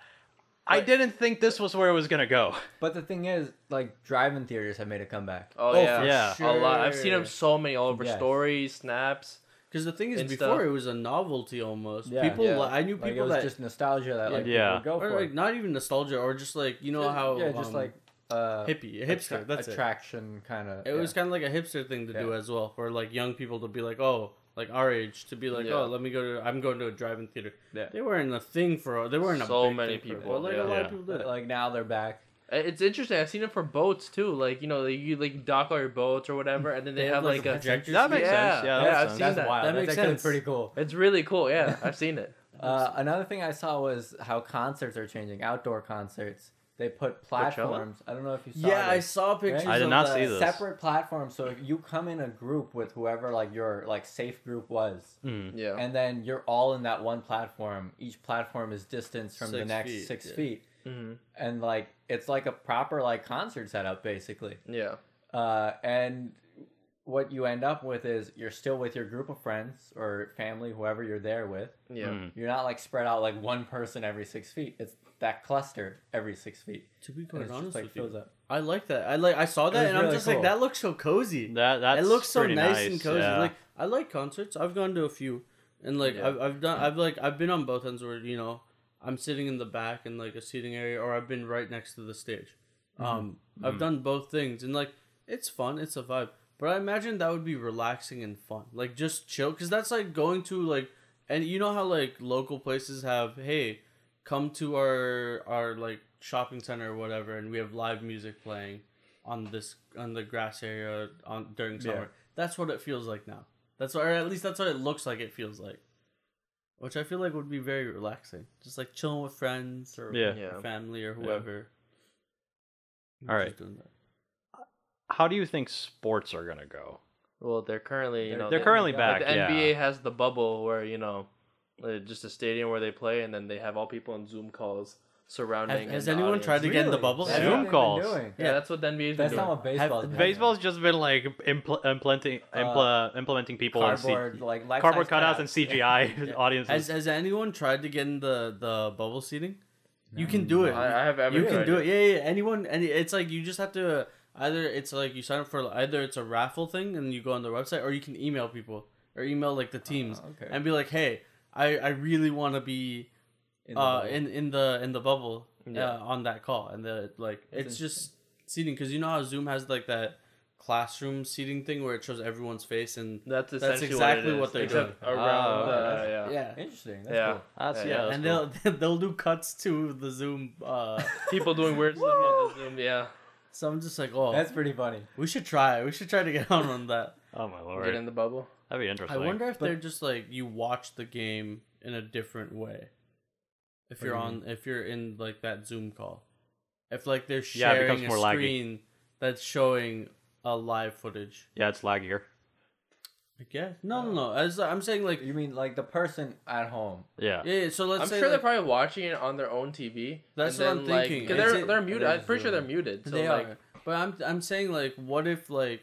S1: I didn't think this was where it was gonna go.
S4: but the thing is, like drive-in theaters have made a comeback.
S3: Oh,
S2: Oh,
S3: yeah,
S2: for
S1: Yeah.
S2: sure.
S3: a lot. I've seen them so many all over
S4: Yes.
S3: stories, snaps.
S2: because the thing is
S3: And
S2: before
S3: stuff.
S2: it was a novelty almost
S4: Yeah.
S2: people
S3: Yeah.
S2: li- i knew
S4: Like it
S2: people
S4: was
S2: that
S4: just nostalgia that like
S1: Yeah.
S4: people would go
S2: or
S4: for.
S2: like not even nostalgia or just like you know how
S4: yeah, just
S2: um,
S4: like uh,
S2: hippie hipster
S4: attra-
S2: that's it
S4: attraction kind of.
S2: it was kind of like a hipster thing to do
S4: Yeah.
S2: as well for like young people to be like oh like our age to be like
S3: Yeah.
S2: oh let me go to i'm going to a drive-in theater
S4: Yeah.
S2: they weren't a thing for they weren't
S3: So
S2: a big
S3: many
S2: thing for-
S3: people,
S2: but, like
S3: yeah.
S2: a lot
S1: Yeah.
S2: of people did it.
S4: like now they're back.
S3: Uh, It's interesting. I've seen it for boats too. Like you know, like, you like dock all your boats or whatever, and then they, have like, a.
S2: projector
S1: That makes
S2: screen.
S3: yeah,
S1: sense. Yeah, that
S3: yeah,
S1: makes
S3: I've
S1: sense.
S3: seen
S4: That's
S3: that.
S4: wild.
S2: That
S4: That's
S2: makes
S4: actually
S2: sense.
S4: pretty cool.
S3: It's really cool. Yeah, I've seen it.
S4: Uh, another thing I saw was how concerts are changing. Outdoor concerts, they put platforms. I don't know if you saw.
S2: Yeah, I
S4: this.
S2: saw pictures.
S4: I
S1: did
S2: of
S1: not
S2: that.
S1: see this.
S4: Separate platforms, so you come in a group with whoever like your like safe group was,
S3: Yeah.
S4: and then you're all in that one platform. Each platform is distanced from the
S2: Six
S4: next
S2: feet,
S4: six
S2: yeah.
S4: feet,
S2: Mm-hmm.
S3: Mhm.
S4: and like it's like a proper like concert setup basically.
S3: Yeah.
S4: Uh, and what you end up with is you're still with your group of friends or family, whoever you're there with.
S3: Yeah.
S1: Mm.
S4: You're not like spread out like one person every six feet. It's that cluster every six feet.
S2: To be
S4: And
S2: quite
S4: it's just
S2: honest
S4: like
S2: with you,
S4: fills up.
S2: I like that. I like. I saw that,
S4: was
S2: and I'm
S4: really
S2: just
S4: cool.
S2: like, that looks so cozy.
S1: That that's
S2: it looks so
S1: pretty
S2: nice, and cozy.
S1: yeah.
S2: Like I like concerts. I've gone to a few, and like
S3: Yeah.
S2: I've, I've done. I've like I've been on both ends where you know I'm sitting in the back in like a seating area, or I've been right next to the stage. Um, I've done both things, and like it's fun. It's a vibe. But I imagine that would be relaxing and fun, like just chill, because that's like going to like, and you know how like local places have hey, come to our our like shopping center or whatever, and we have live music playing on this on the grass area on during summer. That's what it feels like now. That's what, or at least that's what it looks like. It feels like, which I feel like would be very relaxing, just like chilling with friends or
S1: Yeah.
S3: Yeah.
S2: family or whoever.
S1: All
S2: Just
S1: right.
S2: doing that.
S1: how do you think sports are gonna go?
S3: Well, they're currently you
S4: They're-
S3: know
S1: they're
S3: the-
S1: currently
S3: like,
S1: back,
S3: The
S1: yeah.
S3: NBA has the bubble where you know, uh, just a stadium where they play, and then they have all people on Zoom calls surrounding.
S2: Has- has
S3: an
S2: anyone
S3: audience.
S2: tried to get in the bubble?
S4: That's
S1: Zoom
S4: what they've been
S1: calls.
S4: doing.
S3: Yeah,
S2: Yeah.
S3: that's what the NBA's
S4: That's
S3: been
S4: not
S3: doing.
S4: what baseball's been doing.
S1: Baseball's just been like impl- implementing impl- implementing people on C-
S4: cardboard, like life-size
S1: cardboard cutouts and
S4: cutouts.
S1: CGI audiences.
S2: Has Has anyone tried to get in the the bubble seating? You can do it.
S3: I, I have ever
S2: you can
S3: tried
S2: do it. Yeah, yeah. yeah. Anyone, any. It's like you just have to either it's like you sign up for either it's a raffle thing and you go on their website, or you can email people or email like the teams
S4: Oh, okay.
S2: and um, be like, hey, I I really want to be
S4: In the
S2: uh
S4: bubble.
S2: in in the in the bubble
S3: Yeah.
S2: uh, on that call and the like it's
S4: interesting.
S2: just seating because you know how Zoom has like that classroom seating thing where it shows everyone's face and
S3: That's
S2: That's
S3: essentially
S2: exactly
S3: what, it is,
S2: what they're
S3: except
S2: doing.
S3: around.
S1: Oh,
S3: the-
S4: okay.
S3: yeah.
S2: yeah.
S4: interesting. That's
S3: Yeah.
S4: cool.
S1: That's-
S3: Yeah,
S1: yeah,
S3: yeah.
S1: that's
S2: and
S1: cool.
S2: they'll they'll do cuts to the Zoom. Uh,
S3: people doing weird stuff on the Zoom. Yeah,
S2: so I'm just like, oh,
S4: That's pretty funny.
S2: we should try. We should try to get on on that.
S1: oh my lord,
S3: get in the bubble.
S1: that'd be
S2: I
S1: interesting.
S2: wonder if they're just like you watch the game in a different way. If
S4: What
S2: you're
S4: do you
S2: on, if you're in like that Zoom call, if like they're
S1: Yeah, it becomes
S2: sharing
S1: more
S2: a
S1: laggy.
S2: screen that's showing a live footage.
S1: Yeah, it's laggier.
S2: I guess no, no, no. As I'm saying, like
S4: You mean like the person at home?
S1: Yeah,
S2: yeah. yeah, So let's
S3: I'm
S2: say
S3: sure they're
S2: like,
S3: probably watching it on their own TV.
S2: That's
S3: and
S2: what
S3: then,
S2: I'm
S3: like,
S2: thinking.
S3: 'cause
S2: Is
S3: they're
S2: it-
S3: they're muted.
S2: it
S3: I'm
S2: is
S3: pretty sure they're
S2: Zoom.
S3: muted. So
S2: they
S3: like,
S2: are. But I'm I'm saying like, what if like,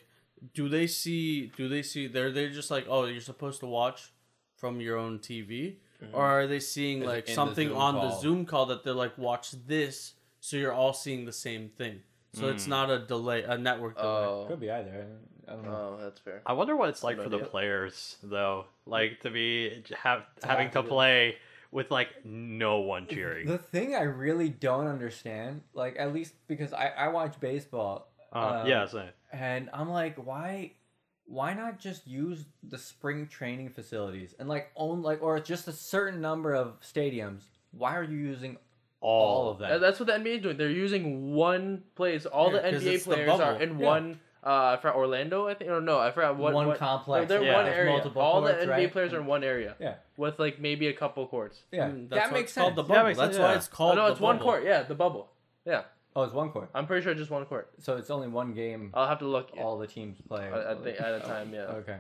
S2: do they see? Do they see? They're they're just like, oh, you're supposed to watch from your own TV, or are they seeing
S4: Mm-hmm. Is it
S2: like
S4: in the
S2: something
S4: Zoom
S2: on the
S4: call?
S2: Zoom call that they're like, watch this, so you're all seeing the same thing. So
S4: Mm.
S2: it's not a delay, a network delay.
S3: oh,
S4: Could be either. I don't know.
S3: oh, that's fair.
S1: I wonder what it's like
S3: Good
S1: for the
S3: idea.
S1: players though, like to be have having
S4: have
S1: to
S4: to-
S1: play with like no one cheering.
S4: The thing I really don't understand, like at least because I I watch baseball,
S1: Uh,
S4: um,
S1: yeah, same.
S4: and I'm like, why, why not just use the spring training facilities and like own like or just a certain number of stadiums? Why are you using all of
S3: That-
S4: them?
S3: That's what the NBA is doing. They're using one place. All
S2: Yeah,
S3: the
S2: 'cause
S3: NBA
S2: it's the
S3: players are
S2: bubble.
S3: in
S4: Yeah.
S3: one. Uh, I forgot Orlando. I think. Or no, I forgot what
S4: One
S3: what-
S4: complex,
S3: They're
S1: yeah.
S3: one
S1: There's
S3: area.
S4: multiple
S3: all
S4: courts,
S3: the NBA
S4: right?
S3: players are in one area.
S4: Yeah.
S3: With like maybe a couple courts.
S4: Yeah,
S2: Mm,
S4: that
S2: why
S4: makes
S2: it's called
S4: sense.
S2: the
S1: That
S2: bubble.
S1: makes
S2: that's
S1: sense,
S2: why
S1: yeah.
S2: it's
S3: Oh
S2: called.
S3: no,
S2: the
S3: it's one
S2: bubble.
S3: court. Yeah, the bubble. Yeah,
S4: oh, it's one court,
S3: I'm pretty sure just one court.
S4: so it's only one game.
S3: I'll have to look.
S4: all the teams play.
S3: I, I think Oh, at a time. Yeah.
S4: Okay.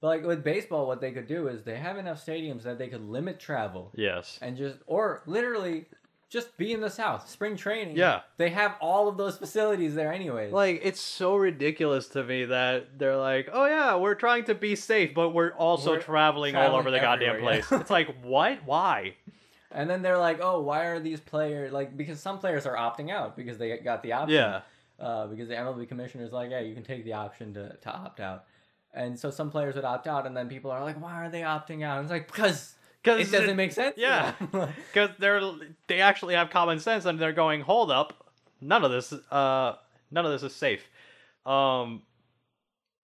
S4: But like with baseball, what they could do is they have enough stadiums that they could limit travel
S1: Yes.
S4: and just, or literally, just be in the South. Spring training.
S1: Yeah.
S4: They have all of those facilities there, anyways.
S1: Like it's so ridiculous to me that they're like, "Oh yeah, we're trying to be safe, but we're also
S4: We're
S1: traveling, all
S4: traveling
S1: over the goddamn
S4: everywhere, yeah.
S1: place." it's like, what? Why?
S4: and then they're like, oh, why are these players like? Because some players are opting out because they got the option.
S1: Yeah.
S4: Uh, because the MLB commissioner is like, yeah, you can take the option to, to opt out. And so some players would opt out, and then people are like, why are they opting out? And it's like because it
S1: Because
S4: doesn't make sense. to
S1: yeah.
S4: them."
S1: because they're they actually have common sense and they're going, "Hold up, none of this, uh, none of this is safe." Um,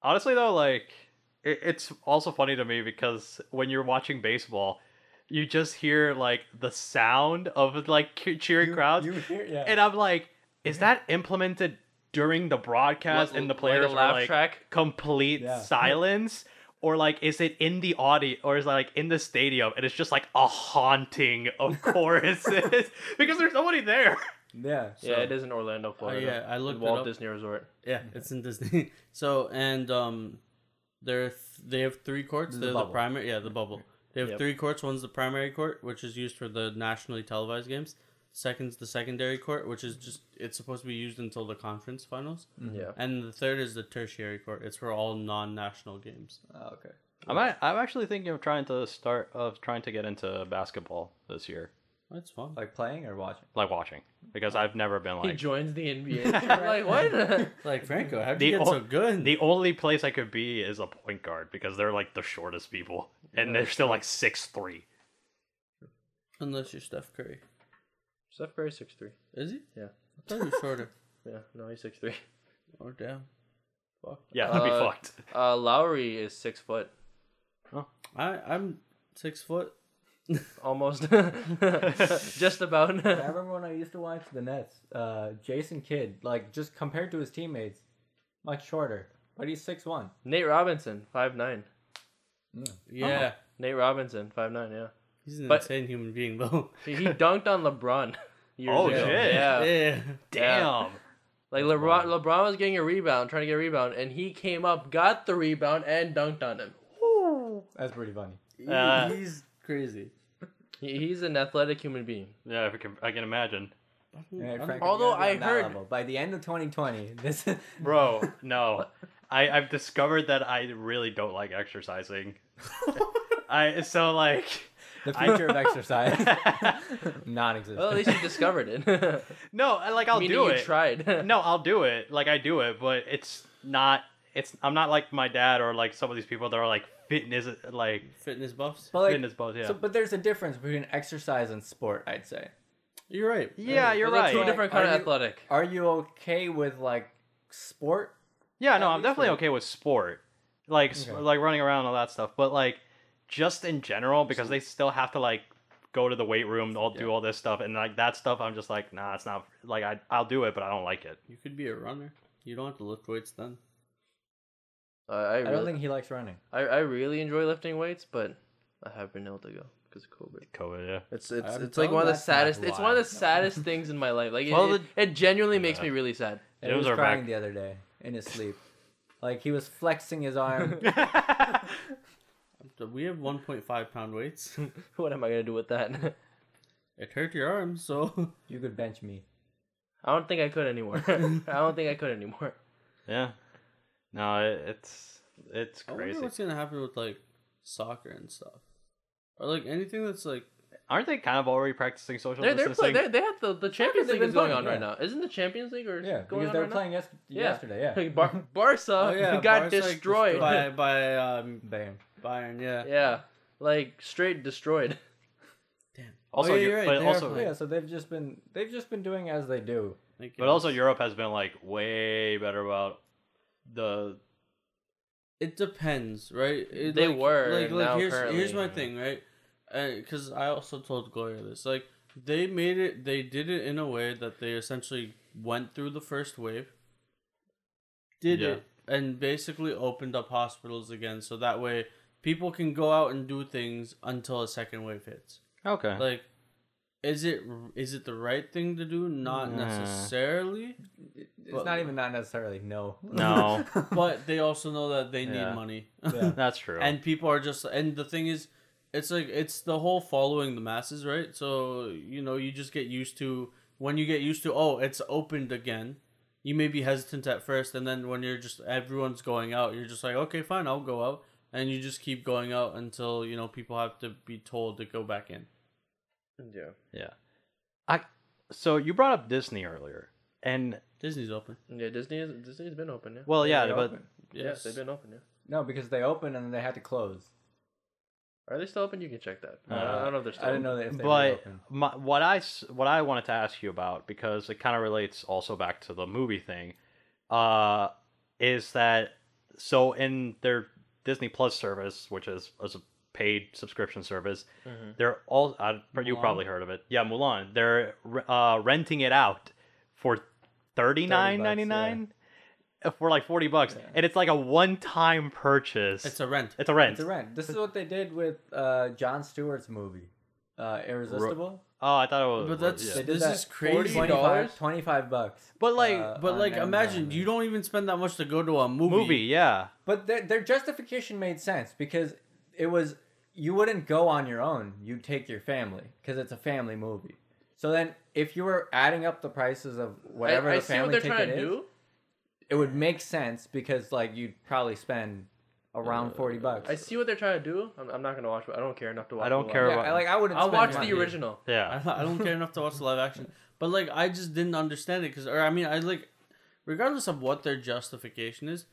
S1: honestly though, like it, it's also funny to me because when you're watching baseball, you just hear like the sound of like cheering crowds.
S4: You hear- yeah.
S1: and I'm like, is that implemented during the broadcast and the players
S3: like a
S1: are
S3: laugh
S1: like
S3: track.
S1: complete
S4: Yeah.
S1: silence? Or like, is it in the audio, or is it like in the stadium, and it's just like a haunting of choruses because there's nobody there.
S4: yeah.
S3: Yeah, it is in Orlando, Florida.
S2: yeah, I looked it
S3: Walt
S2: up.
S3: Disney Resort.
S2: Yeah, it's in Disney. So and um, they're th- they have three courts.
S4: The
S2: They're the
S4: bubble.
S2: primary. Yeah, the bubble. They have
S3: Yep.
S2: three courts. One's the primary court, which is used for the nationally televised games. Second's the secondary court, which is just it's supposed to be used until the conference finals.
S3: Yeah.
S2: And the third is the tertiary court. It's for all non-national games.
S4: Oh, okay.
S5: I'm a- I'm actually thinking of trying to start of trying to get into basketball this year,
S2: That's fun.
S4: Like playing or watching?
S5: like watching, because I've never been
S3: He
S5: like
S3: joins the NBA. I'm like what?
S2: Like Franco, how do
S1: The
S2: you get
S1: o-
S2: so good?
S1: The only place I could be is a point guard because they're like the shortest people, and they're still like six three.
S2: Unless you're Steph Curry,
S3: Steph Curry's six three.
S2: is he?
S3: Yeah.
S2: I thought he was shorter.
S3: Yeah, no, he's six three.
S2: Oh damn. Fuck.
S1: Yeah, that'd be
S3: Uh,
S1: fucked.
S3: Uh, Lowry is six foot
S2: I I'm six foot.
S3: almost, just about.
S4: I remember when I used to watch the Nets. Uh, Jason Kidd, like just compared to his teammates, much shorter, but he's six one.
S3: Nate Robinson, five nine.
S2: Yeah.
S3: Nate Robinson, five nine. Yeah,
S2: He's an
S3: But-
S2: insane human being though.
S3: he, he dunked on LeBron. years
S1: Oh,
S3: ago.
S1: shit.
S3: Yeah.
S2: yeah.
S1: Damn.
S3: Like LeBron, LeBron was getting a rebound, trying to get a rebound, and he came up, got the rebound, and dunked on him.
S4: That's pretty funny.
S2: He-
S1: Uh,
S2: he's crazy.
S3: He, he's an athletic human being.
S1: Yeah, if I can, I can imagine,
S4: Yeah,
S2: I'm-
S4: Frank,
S3: Although
S4: you gotta be
S3: I
S4: on that
S3: heard-
S4: level. by the end of 2020, this
S1: bro. No, I I've discovered that I really don't like exercising. I so like
S4: the future of exercise non-existent.
S3: Well, at least you discovered it.
S1: no, I- like I'll
S3: Meaning
S1: do
S3: you
S1: it.
S3: tried.
S1: No, I'll do it. Like I do it, but it's not. It's I'm not like my dad or like some of these people that are like fitness like
S2: Fitness buffs.
S4: but, like,
S1: fitness both. Yeah,
S4: so, but there's a difference between exercise and sport. I'd say.
S2: You're right.
S1: yeah, you're
S3: Those are two
S1: right.
S3: different kind
S4: Are
S3: of
S4: you-
S3: athletic.
S4: Are you okay with like sport?
S1: Yeah, no,
S4: At
S1: I'm
S4: least,
S1: definitely
S4: like-
S1: okay with sport, like s-
S4: Okay.
S1: like running around and all that stuff. But like, just in general, because they still have to like go to the weight room, all do all this stuff, and like that stuff, I'm just like, nah, it's not like I I'll do it, but I don't like it.
S2: You could be a runner. You don't have to lift weights then.
S3: I, I,
S4: I don't
S3: really,
S4: think he likes running.
S3: I, I really enjoy lifting weights, but I have been able to go because of COVID.
S1: COVID, yeah.
S3: It's it's
S2: I'm
S3: it's like one of the
S4: telling- that's
S3: saddest.
S4: not
S3: It's one of the
S4: why.
S3: saddest things in my life. Like it,
S1: Well,
S3: it, it genuinely makes me really sad.
S4: And
S1: It
S4: he
S1: was
S4: was
S1: our
S4: crying
S1: back.
S4: the other day in his sleep. Like he was flexing his arm.
S2: So we have 1.5 pound weights.
S3: What am I gonna do with that?
S2: it hurt your arms, so
S4: you could bench me.
S3: I don't think I could anymore. I don't think I could anymore.
S1: Yeah. No, it, it's it's
S2: I wonder
S1: crazy.
S2: what's gonna happen with like soccer and stuff, or like anything that's like
S1: Aren't they kind of already practicing social
S3: They're, they're
S1: distancing?
S3: playing. They they have the, the Champions
S4: they've
S3: League is
S4: been
S3: going
S4: playing,
S3: on right
S4: yeah.
S3: now. Isn't the Champions League or going
S4: Yeah, because
S3: on
S4: they were
S3: right
S4: playing yes- yesterday.
S3: now?
S4: Yeah, Oh,
S3: Bar- Barca got
S2: Barca, like,
S3: destroyed.
S2: oh, by by um,
S4: Bayern.
S2: Bayern. Yeah.
S3: Yeah, like straight destroyed.
S1: also,
S2: Oh, yeah,
S1: Eu-
S2: you're right,
S1: but
S2: they are
S1: also,
S2: playing.
S4: Yeah, so they've just been they've just been doing as they do.
S2: Like,
S1: but also Europe has been like way better about the
S2: it depends, right? It,
S3: They were,
S2: Like,
S3: and
S2: like
S3: now
S2: here's here's
S3: currently,
S2: my
S3: yeah.
S2: thing, right? Because I also told Gloria this. Like, they made it. They did it in a way that they essentially went through the first wave, did
S1: Yeah.
S2: it, and basically opened up hospitals again, so that way people can go out and do things until a second wave hits.
S1: okay.
S2: Like, is it is it the right thing to do? Not
S1: Nah.
S2: necessarily.
S4: It's
S2: But-
S4: not even not necessarily no.
S1: no,
S2: But they also know that they
S1: Yeah.
S2: need money.
S4: Yeah.
S1: that's true.
S2: and people are just and the thing is it's like it's the whole following the masses right so you know you just get used to when you get used to oh it's opened again you may be hesitant at first and then when you're just everyone's going out you're just like okay fine i'll go out and you just keep going out until you know people have to be told to go back in
S3: Yeah.
S1: Yeah. I so you brought up Disney earlier. And
S2: disney's open
S3: Yeah. Disney is, Disney's been open. Yeah.
S1: well yeah,
S4: They
S1: but
S4: open.
S3: Yes,
S2: yes
S3: they've been open. Yeah.
S4: no, because they opened and then they had to close.
S3: Are they still open? You can check that.
S1: Uh,
S3: I don't know if they're still.
S4: I didn't
S3: open.
S4: know that if they
S1: but
S4: reopened.
S1: my, what I s- what I wanted to ask you about because it kind of relates also back to the movie thing uh is that so in their Disney Plus service which is, is a paid subscription service
S4: Mm-hmm.
S1: they're all I, you probably heard of it yeah Mulan they're re- uh renting it out for 39.99 for like 40 bucks and it's like a one time purchase
S2: it's a rent
S1: It's a rent.
S4: It's a rent. This is what they did with uh, John Stewart's movie, uh, Irresistible.
S1: Oh, I thought it was.
S2: but that's
S1: yeah.
S4: They did
S2: this
S4: that
S2: is crazy
S3: $40?
S4: 25, 25 bucks. uh,
S1: But like-
S2: but
S4: on
S2: like
S4: Amazon.
S2: imagine you don't even spend that much to go to a movie,
S1: movie. Yeah,
S4: But their, their justification made sense because it was you wouldn't go on your own. You'd take your family because it's a family movie. So then, if you were adding up the prices of whatever
S3: I, I
S4: the
S3: see what
S4: family
S3: they're
S4: ticket
S3: trying to
S4: is,
S3: do.
S4: it would make sense because like you'd probably spend around forty bucks.
S3: Uh, I see what they're trying to do. I'm, I'm not gonna watch. but I don't care enough to watch.
S1: I don't
S3: the
S1: care
S4: Yeah,
S3: live.
S1: about.
S4: I, like I wouldn't.
S3: I'll
S4: spend
S3: watch
S4: money.
S3: the original.
S1: yeah.
S2: I, I don't care enough to watch the live action, but like I just didn't understand it because, or I mean, I like, regardless of what their justification is,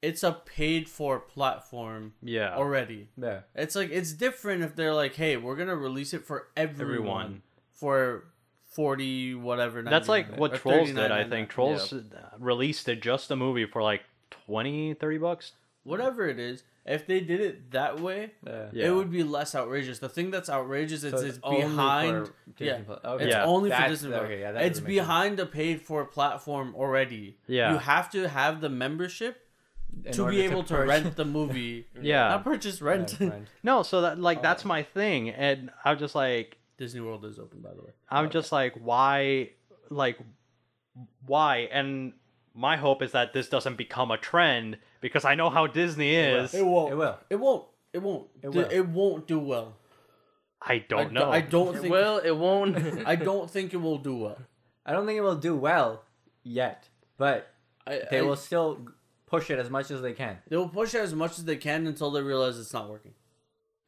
S2: it's a paid for platform
S1: Yeah.
S2: already.
S4: Yeah.
S2: It's like it's different if they're like, hey, we're gonna release it for everyone,
S1: Everyone.
S2: for forty whatever.
S1: That's
S2: 99,
S1: like what
S2: or
S1: Trolls did, I
S2: 39.99,
S1: think. Trolls uh, released a- just a movie for like 20, 30 bucks.
S2: whatever it is. If they did it that way,
S4: Yeah.
S1: Yeah.
S2: it would be less outrageous. The thing that's outrageous is
S4: So
S2: it's,
S4: it's only
S2: behind.
S4: for Disney
S2: Yeah,
S4: Plus. Okay.
S2: it's
S1: Yeah.
S2: only for
S4: That's-
S2: Disney. Plus.
S4: okay, yeah, that
S2: it's
S4: doesn't make sense.
S2: behind a paid-for platform already.
S1: Yeah.
S2: you have to have the membership
S4: In
S2: to
S4: order
S2: be able to,
S4: purchase-
S2: rent the movie.
S1: Yeah.
S2: not purchase, rent.
S4: Yeah, rent.
S1: No, so that like that's my thing, and I'm just like,
S2: Disney World is open, by the way.
S1: I'm just like, why, like, why? And my hope is that this doesn't become a trend because I know how Disney is.
S2: won't.
S4: It will.
S2: It won't. It won't. It,
S4: will.
S2: it won't do well.
S1: I
S2: I
S1: don't
S2: don't,
S1: know.
S2: I don't
S3: It
S2: think.
S3: will. It won't.
S2: I don't think it will do well.
S4: I don't think it will do well yet, but
S2: I,
S4: they
S2: I-
S4: will still push it as much as they can.
S2: They will push it as much as they can until they realize it's not working.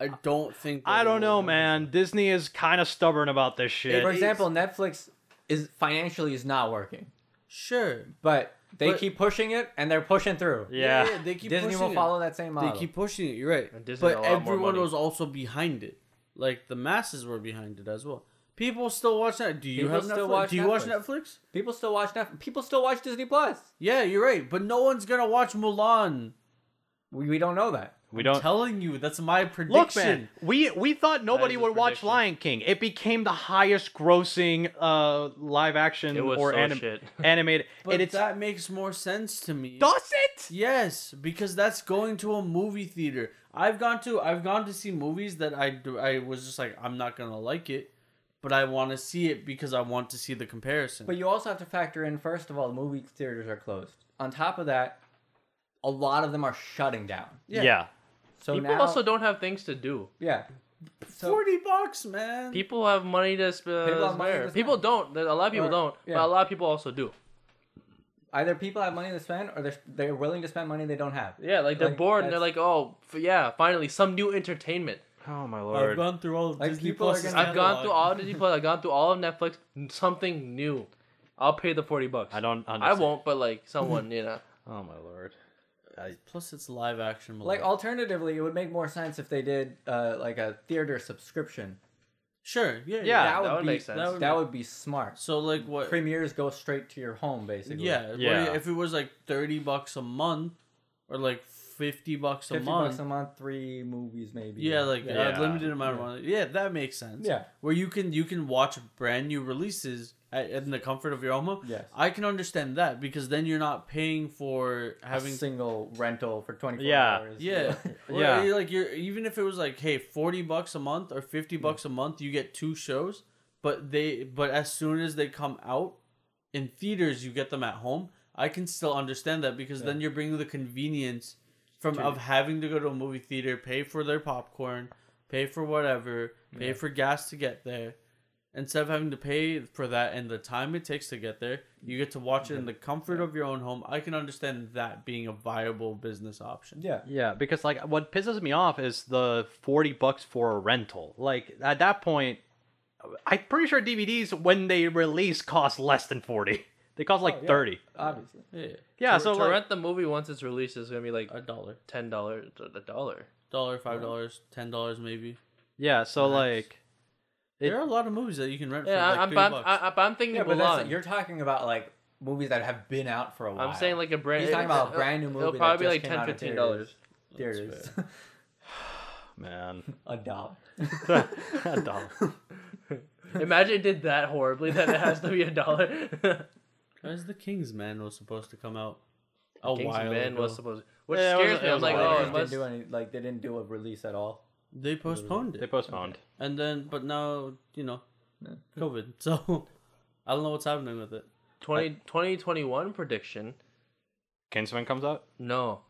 S2: I don't think. that
S1: I
S2: it will
S1: don't know,
S2: work.
S1: man. Disney is kind of stubborn about this shit.
S4: For example, Netflix is financially is not working,
S2: Sure.
S4: but they
S2: But-
S4: keep pushing it and they're pushing through.
S1: yeah.
S2: they keep
S4: Disney
S2: pushing
S4: will
S2: it.
S4: follow that same model.
S2: They keep pushing it. You're right.
S3: And Disney
S2: but
S3: had a lot more
S2: everyone
S3: money.
S2: was also behind it. Like the masses were behind it as well. People still watch that. Do you
S4: People
S2: have
S4: still
S2: Netflix?
S4: watch
S2: Do you watch
S4: Netflix.
S2: Netflix?
S4: people still watch Netflix. People still watch Disney Plus.
S2: Yeah, you're right. But no one's gonna watch Mulan.
S4: We, we don't know that.
S1: we don't.
S2: Telling you, that's my prediction.
S1: Look, man, we we thought nobody
S3: is a
S1: would watch
S3: prediction.
S1: Lion King. It became the highest grossing uh live action
S3: It was
S1: or
S3: so
S1: anim-
S3: shit.
S1: animated.
S2: But
S1: and it's
S2: that makes more sense to me.
S1: does it?
S2: Yes, because that's going to a movie theater. I've gone to I've gone to see movies that I do, I was just like I'm not gonna like it, but I want to see it because I want to see the comparison.
S4: But you also have to factor in first of all, the movie theaters are closed. On top of that, a lot of them are shutting down.
S1: Yeah.
S4: So
S3: People
S4: now,
S3: also don't have things to do.
S4: yeah, so-
S2: forty bucks, man.
S3: People have money to sp- spare.
S4: People
S3: People,
S4: have money to spend.
S3: don't. A lot of people
S4: Or-
S3: don't.
S4: yeah.
S3: But a lot of people also do.
S4: either people have money to spend or they're they're willing to spend money they don't have.
S3: Yeah, like they're
S4: Like,
S3: bored and they're
S4: that's-
S3: like, oh, f- yeah, finally some new entertainment.
S1: Oh my
S2: I've
S1: lord.
S2: gone through all of
S4: Like,
S2: Disney
S4: people are
S2: Plus's
S4: gonna-
S3: I've gone
S2: catalog.
S3: through all Disney Plus. I've gone through all of Netflix. Something new. I'll pay the forty bucks.
S1: I don't.
S3: I
S1: Understand.
S3: won't, but like someone, you know.
S1: Oh my lord.
S2: Plus, it's live action. Mulan.
S4: Like alternatively, it would make more sense if they did uh, like a theater subscription.
S2: sure, yeah,
S1: Yeah.
S4: that would,
S3: that would
S4: be,
S3: make sense.
S2: that would
S4: That
S2: make-
S4: would be smart.
S2: So like what?
S4: Premieres go straight to your home, basically.
S2: yeah,
S1: Yeah.
S2: what- If it was like thirty bucks a month, or like fifty bucks a
S4: fifty
S2: month,
S4: bucks a month, three movies maybe.
S2: Yeah, like
S1: Yeah.
S2: a limited amount of money. Yeah, that makes sense.
S4: Yeah.
S2: where you can you can watch brand new releases at, in the comfort of your own home.
S4: Yes.
S2: I can understand that because then you're not paying for
S4: having
S2: having.
S4: single rental for twenty four
S1: Yeah.
S4: hours.
S2: Yeah, Or, eh,
S1: Yeah.
S2: Like you're even if it was like, hey, forty bucks a month or fifty bucks a month, you get two shows. But they but as soon as they come out in theaters, you get them at home. I can still understand that because then you're bringing the convenience from of having to go to a movie theater, pay for their popcorn, pay for whatever, pay for gas to get there. Instead of having to pay for that and the time it takes to get there, you get to watch it in the comfort of your own home. I can understand that being a viable business option.
S4: yeah.
S1: Yeah, because like what pisses me off is the forty bucks for a rental. Like at that point, I'm pretty sure DVDs when they release cost less than forty. They cost like thirty.
S4: Obviously.
S2: Yeah.
S1: Yeah,
S3: to,
S1: so
S3: to
S1: like,
S3: rent the movie once it's released is gonna be like
S2: a dollar,
S3: ten dollars a dollar.
S2: dollar, five dollars, ten dollars maybe.
S1: yeah, so
S2: Nice.
S1: like
S2: there are a lot of movies that you can rent
S3: Yeah,
S2: for like
S3: I'm,
S2: three
S3: but I'm,
S2: bucks.
S3: I, but I'm thinking
S4: Yeah, but that's,
S3: Mulan.
S4: you're talking about like movies that have been out for a while.
S3: I'm saying like a brand.
S4: He's talking
S3: it's-
S4: about a brand new
S3: it'll-
S4: movie
S3: It'll
S4: that
S3: probably
S4: just
S3: be
S4: came
S3: like
S4: out in
S3: 10 dollars.
S4: theaters.
S1: man,
S4: a dollar.
S1: a dollar.
S3: Imagine it did that horribly that it has to be a dollar.
S2: Guys, The King's Man was supposed to come out a
S3: King's
S2: while
S3: Man
S2: ago.
S3: was supposed. Which
S1: Yeah, it was-
S3: scares
S1: it
S3: me. I'm
S1: was
S3: like,
S1: a
S4: Like,
S1: while
S3: oh,
S4: they
S3: it
S1: ago.
S4: didn't
S3: must.
S4: do any. Like they didn't do a release at all.
S2: they postponed
S1: They
S2: it,
S1: postponed.
S2: and then but now you know, COVID. So I don't know what's happening with it.
S3: 20, 2021 prediction.
S1: Kingsman comes out.
S3: No,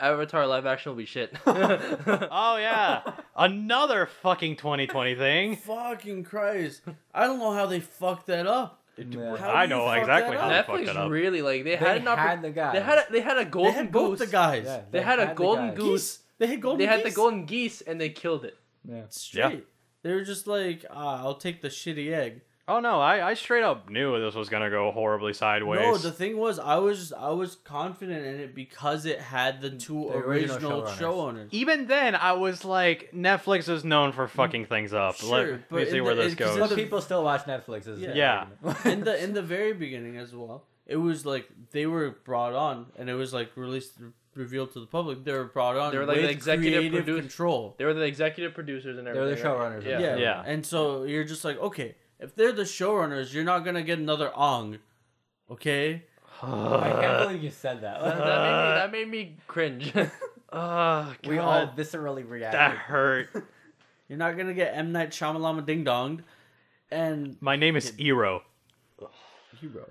S3: Avatar live action will be shit.
S1: Oh yeah, another fucking 2020 thing.
S2: Fucking Christ! I don't know how they fucked that up.
S4: Yeah.
S2: How
S1: I
S2: do you
S1: know
S2: fuck
S1: exactly
S2: that
S1: how
S2: up?
S1: they fucked it
S3: Netflix
S1: up.
S3: really like they,
S4: They
S3: had an oppor-
S4: had the guy.
S3: They had a, they had a golden
S2: They had both
S3: goose.
S2: the guys.
S4: Yeah,
S3: They, had, a
S4: the
S3: golden
S4: guy.
S3: goose.
S2: They had golden.
S3: They had the
S2: geese
S3: golden geese and they killed it.
S4: Yeah.
S2: straight. They were just like, ah, I'll take the shitty egg.
S1: Oh no, I, I straight up knew this was gonna go horribly sideways.
S2: No, the thing was, I was I was confident in it because it had the two
S4: The original
S2: original,
S4: showrunners.
S2: show owners.
S1: Even then, I was like, Netflix is known for fucking things up.
S2: Sure,
S1: Let
S2: but
S1: me see
S2: in
S1: where
S2: the-
S1: this
S2: in- 'cause
S1: goes.
S2: in
S4: But
S2: the-
S4: people still watch Netflix. Is
S2: Yeah.
S1: Yeah.
S2: in the in the very beginning as well, it was like they were brought on, and it was like released revealed to the public. They were brought on.
S3: They were like the
S2: with
S3: executive
S2: creative
S3: produ-
S2: control.
S3: They were the executive producers and
S4: were
S3: everything.
S4: the
S3: right?
S4: showrunners.
S3: Yeah.
S2: Yeah.
S1: Yeah.
S2: And so you're just like, okay, if they're the showrunners, you're not gonna get another Ong. Okay.
S4: I can't believe you said that.
S3: That,
S2: Uh,
S3: that made me, that made me cringe.
S1: Ugh,
S4: we all
S1: God,
S4: viscerally
S1: that
S4: reacted.
S1: hurt.
S2: You're not gonna get M Night Shyamalama Ding Donged, and
S1: My name is Iro.
S2: hero.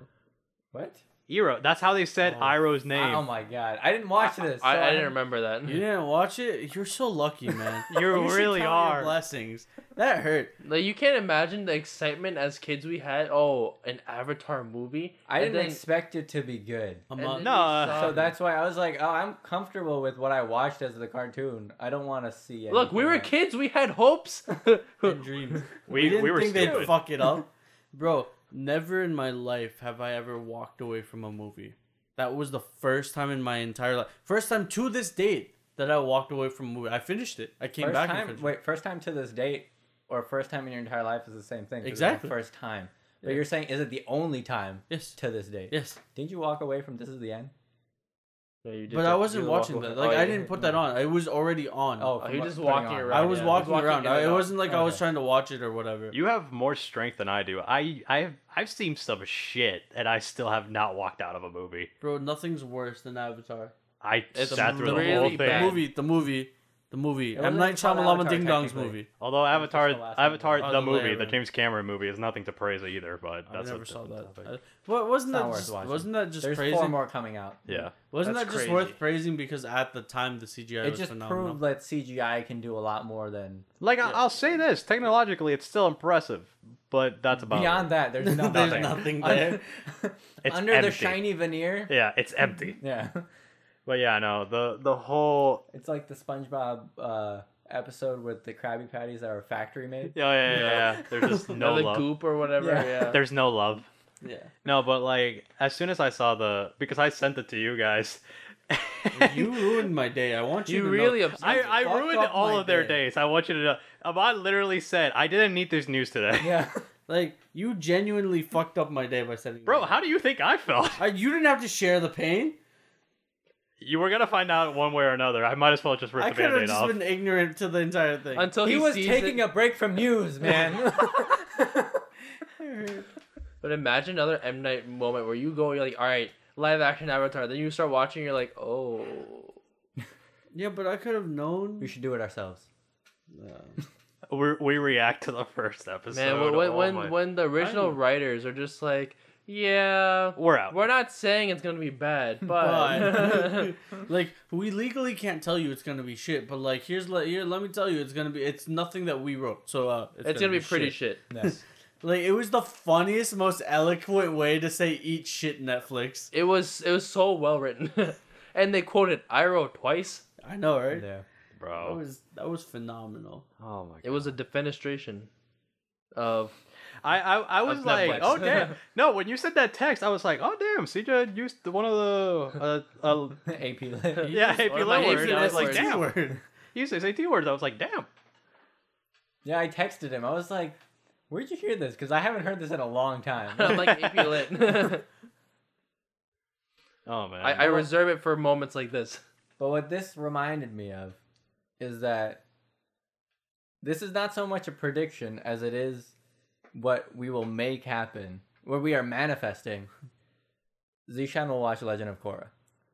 S4: What?
S1: Iro. That's how they said Iro's name.
S4: Oh my god! I didn't watch this. so
S3: I, I didn't remember that.
S2: You didn't watch it. You're so lucky, man.
S1: You
S2: should
S1: really
S2: count your
S1: are.
S2: blessings. That hurt.
S3: Like you can't imagine the excitement as kids we had. Oh, an Avatar movie.
S4: I
S3: And
S4: didn't
S3: then-
S4: expect it to be good.
S2: A
S3: and
S2: month.
S3: then
S1: No,
S3: we
S1: uh,
S3: saw-
S4: So that's why I was like, oh, I'm comfortable with what I watched as the cartoon. I don't want to see it.
S3: Look, we were kids. We had hopes.
S2: and dreams.
S1: We-
S2: didn't
S1: we were
S2: think they'd
S1: stupid.
S2: fuck it up, bro. Never in my life have I ever walked away from a movie. That was the first time in my entire life, first time to this date that I walked away from a movie. I finished it. I came
S4: First
S2: back. and
S4: time,
S2: finished it.
S4: wait, first time to this date, or first time in your entire life is the same thing. 'cause it's the
S2: Exactly.
S4: first time. But
S2: Yeah.
S4: you're saying, is it the only time
S2: Yes.
S4: to this date?
S2: Yes.
S4: Didn't you walk away from this is the end?
S3: No, you did
S2: But
S3: that.
S2: I
S3: You
S2: wasn't
S3: walk
S2: watching
S3: away.
S2: that. Like
S3: Oh,
S2: I
S3: yeah.
S2: didn't put that on. It was already on.
S3: Oh,
S4: from
S3: you're
S4: what-
S3: just
S4: putting
S3: walking
S4: on.
S3: around.
S2: I was
S3: yeah,
S2: walking,
S3: walking
S2: around.
S3: in and
S2: I, it
S3: out.
S2: wasn't like I was
S4: Okay.
S2: trying to watch it or whatever.
S1: You have more strength than I do. I I've I've seen some shit and I still have not walked out of a movie.
S2: Bro, nothing's worse than Avatar.
S1: I
S3: It's
S1: sat through the whole
S3: really
S1: thing.
S3: bad.
S2: The movie, the movie, the movie. M
S4: wasn't
S2: Night
S4: even called
S2: Shyamalan
S4: Avatar,
S2: Ding Dong's
S4: technically.
S2: movie.
S1: Although Avatar,
S4: the last one.
S1: Avatar
S2: Oh,
S1: the
S2: the
S1: movie,
S2: layer,
S1: the
S2: man.
S1: James Cameron movie, is nothing to praise either. But
S2: I
S1: that's
S2: never
S1: a
S2: saw
S1: different
S2: that.
S1: topic.
S2: I, what wasn't
S4: It's
S2: that
S4: not worth
S2: just,
S4: watching.
S2: wasn't that just
S4: There's
S2: praising?
S4: four more coming out.
S1: yeah,
S2: Wasn't
S3: That's
S2: that just
S3: crazy.
S2: worth praising because at the time the CGI
S4: It
S2: was
S4: just
S2: phenomenal.
S4: proved that CGI can do a lot more than
S1: like I I'll say this: technologically, it's still impressive, but that's about
S4: beyond that. There's nothing.
S2: There's nothing there.
S1: It's
S4: Under
S1: empty.
S4: the shiny veneer.
S1: it. Yeah, it's empty.
S4: Yeah,
S1: But yeah, no, the the whole
S4: it's like the SpongeBob uh, episode with the Krabby Patties that are factory made.
S1: yeah yeah yeah. yeah, There's just no
S3: Or the
S1: love.
S3: goop or whatever.
S4: Yeah.
S3: Yeah.
S1: There's no love.
S2: yeah.
S1: No, but like as soon as I saw the because I sent it to you guys.
S2: You ruined my day. I want you,
S3: You
S2: to
S3: really
S2: know.
S3: upset
S1: I,
S3: me.
S1: I
S2: fucked
S1: ruined
S2: up
S1: all
S2: my
S1: of their
S2: day.
S1: days. I want you to know. Ahmad literally said, I didn't need this news today.
S4: Yeah.
S2: like you genuinely fucked up my day by sending. it.
S1: Bro, how do you think I felt?
S2: I, you didn't have to share the pain.
S1: You were going to find out one way or another. I might as well just rip
S2: I
S1: the
S2: could have
S1: band-aid
S2: just
S1: off.
S2: been ignorant to the entire thing.
S3: Until he,
S4: he was
S3: sees
S4: taking
S3: it.
S4: a break from news, man.
S3: But imagine another M Night moment where you go, you're like, all right, live action Avatar. Then you start watching, you're like, oh,
S2: yeah, but I could have
S4: we
S2: known.
S4: should do it ourselves.
S1: We're, we react to the first episode.
S3: man. when when
S1: Oh
S3: when,
S1: my-
S3: when the original writers are just like, yeah,
S1: We're out.
S3: We're not saying it's gonna be bad, but
S2: But like we legally can't tell you it's gonna be shit, but like here's le- here let me tell you it's gonna be it's nothing that we wrote. So uh,
S3: it's, gonna be pretty shit.
S2: Like it was the funniest, most eloquent way to say "eat shit." Netflix.
S3: It was it was so well written, and they quoted Iroh twice.
S2: I know, right?
S4: Yeah.
S2: That
S1: Bro.
S2: was that was phenomenal.
S1: Oh, my
S3: It was a defenestration of
S1: I, I, I was
S3: Of
S1: like,
S3: Netflix.
S1: oh, damn. No, when you said that text, I was like, oh, damn. CJ used one of the... Uh, uh,
S4: AP lit.
S1: yeah, AP
S3: one of my
S1: Lower.
S3: AP
S1: And I was like,
S3: Lowers.
S1: damn.
S2: word.
S1: He used to say two words. I was like, damn.
S4: Yeah, I texted him. I was like, "Where'd you hear this? Because I haven't heard this in a long time."
S3: I'm like AP Lit.
S1: Oh, man.
S3: I, I reserve it for moments like this.
S4: But what this reminded me of is that this is not so much a prediction as it is what we will make happen, what we are manifesting. Zishan will watch Legend of Korra.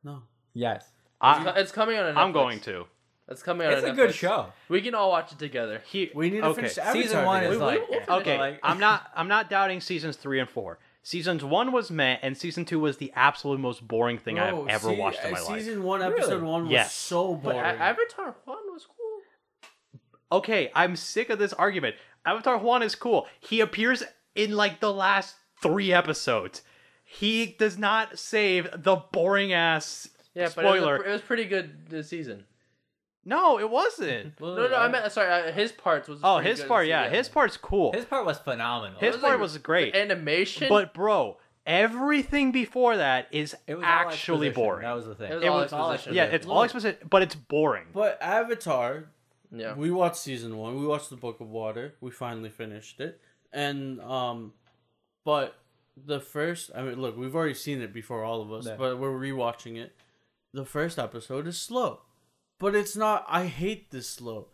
S2: No.
S4: Yes,
S3: It's co-
S1: I,
S3: it's coming on. Netflix.
S1: I'm going to.
S3: It's coming on.
S4: it's a
S3: Netflix.
S4: good show.
S3: We can all watch it together.
S1: He,
S2: We need to
S1: okay.
S2: finish Avatar
S4: Season one
S2: together.
S4: is
S3: Wait,
S4: like
S3: wait, wait.
S1: Okay,
S4: like-
S1: I'm not I'm not doubting seasons three and four. Seasons one was meh, and season two was the absolute most boring thing
S2: Bro,
S1: I've ever
S2: see-
S1: watched in
S2: uh,
S1: my life.
S2: Season one, episode
S4: Really?
S2: one was
S1: Yes.
S2: so
S3: But
S2: boring.
S3: A- Avatar One was cool.
S1: Okay, I'm sick of this argument. Avatar Juan is cool. He appears in like the last three episodes. He does not save the boring ass
S3: Yeah, but it was,
S1: spoiler.
S3: a pr- it was pretty good this season.
S1: no, it wasn't.
S2: Well,
S3: No, no, I meant sorry. Uh, his parts was.
S1: oh,
S3: pretty
S1: his
S3: good
S1: part,
S3: this
S1: yeah,
S3: season.
S1: his part's cool.
S4: His
S1: His,
S4: part was phenomenal.
S3: was like
S1: part was great.
S3: animation.
S1: But bro, everything before that is
S4: it was all
S1: actually
S4: exposition.
S1: boring.
S4: That was the thing.
S3: it was
S1: it
S3: all
S1: was-
S3: exposition.
S1: yeah, it's all explicit, but it's boring.
S2: But Avatar,
S3: yeah.
S2: we watched season one. We watched the Book of Water. We finally finished it, and um, but the first, I mean, look, we've already seen it before, all of us,
S4: Yeah.
S2: but we're rewatching it. The first episode is slow, but it's not. I hate this slow.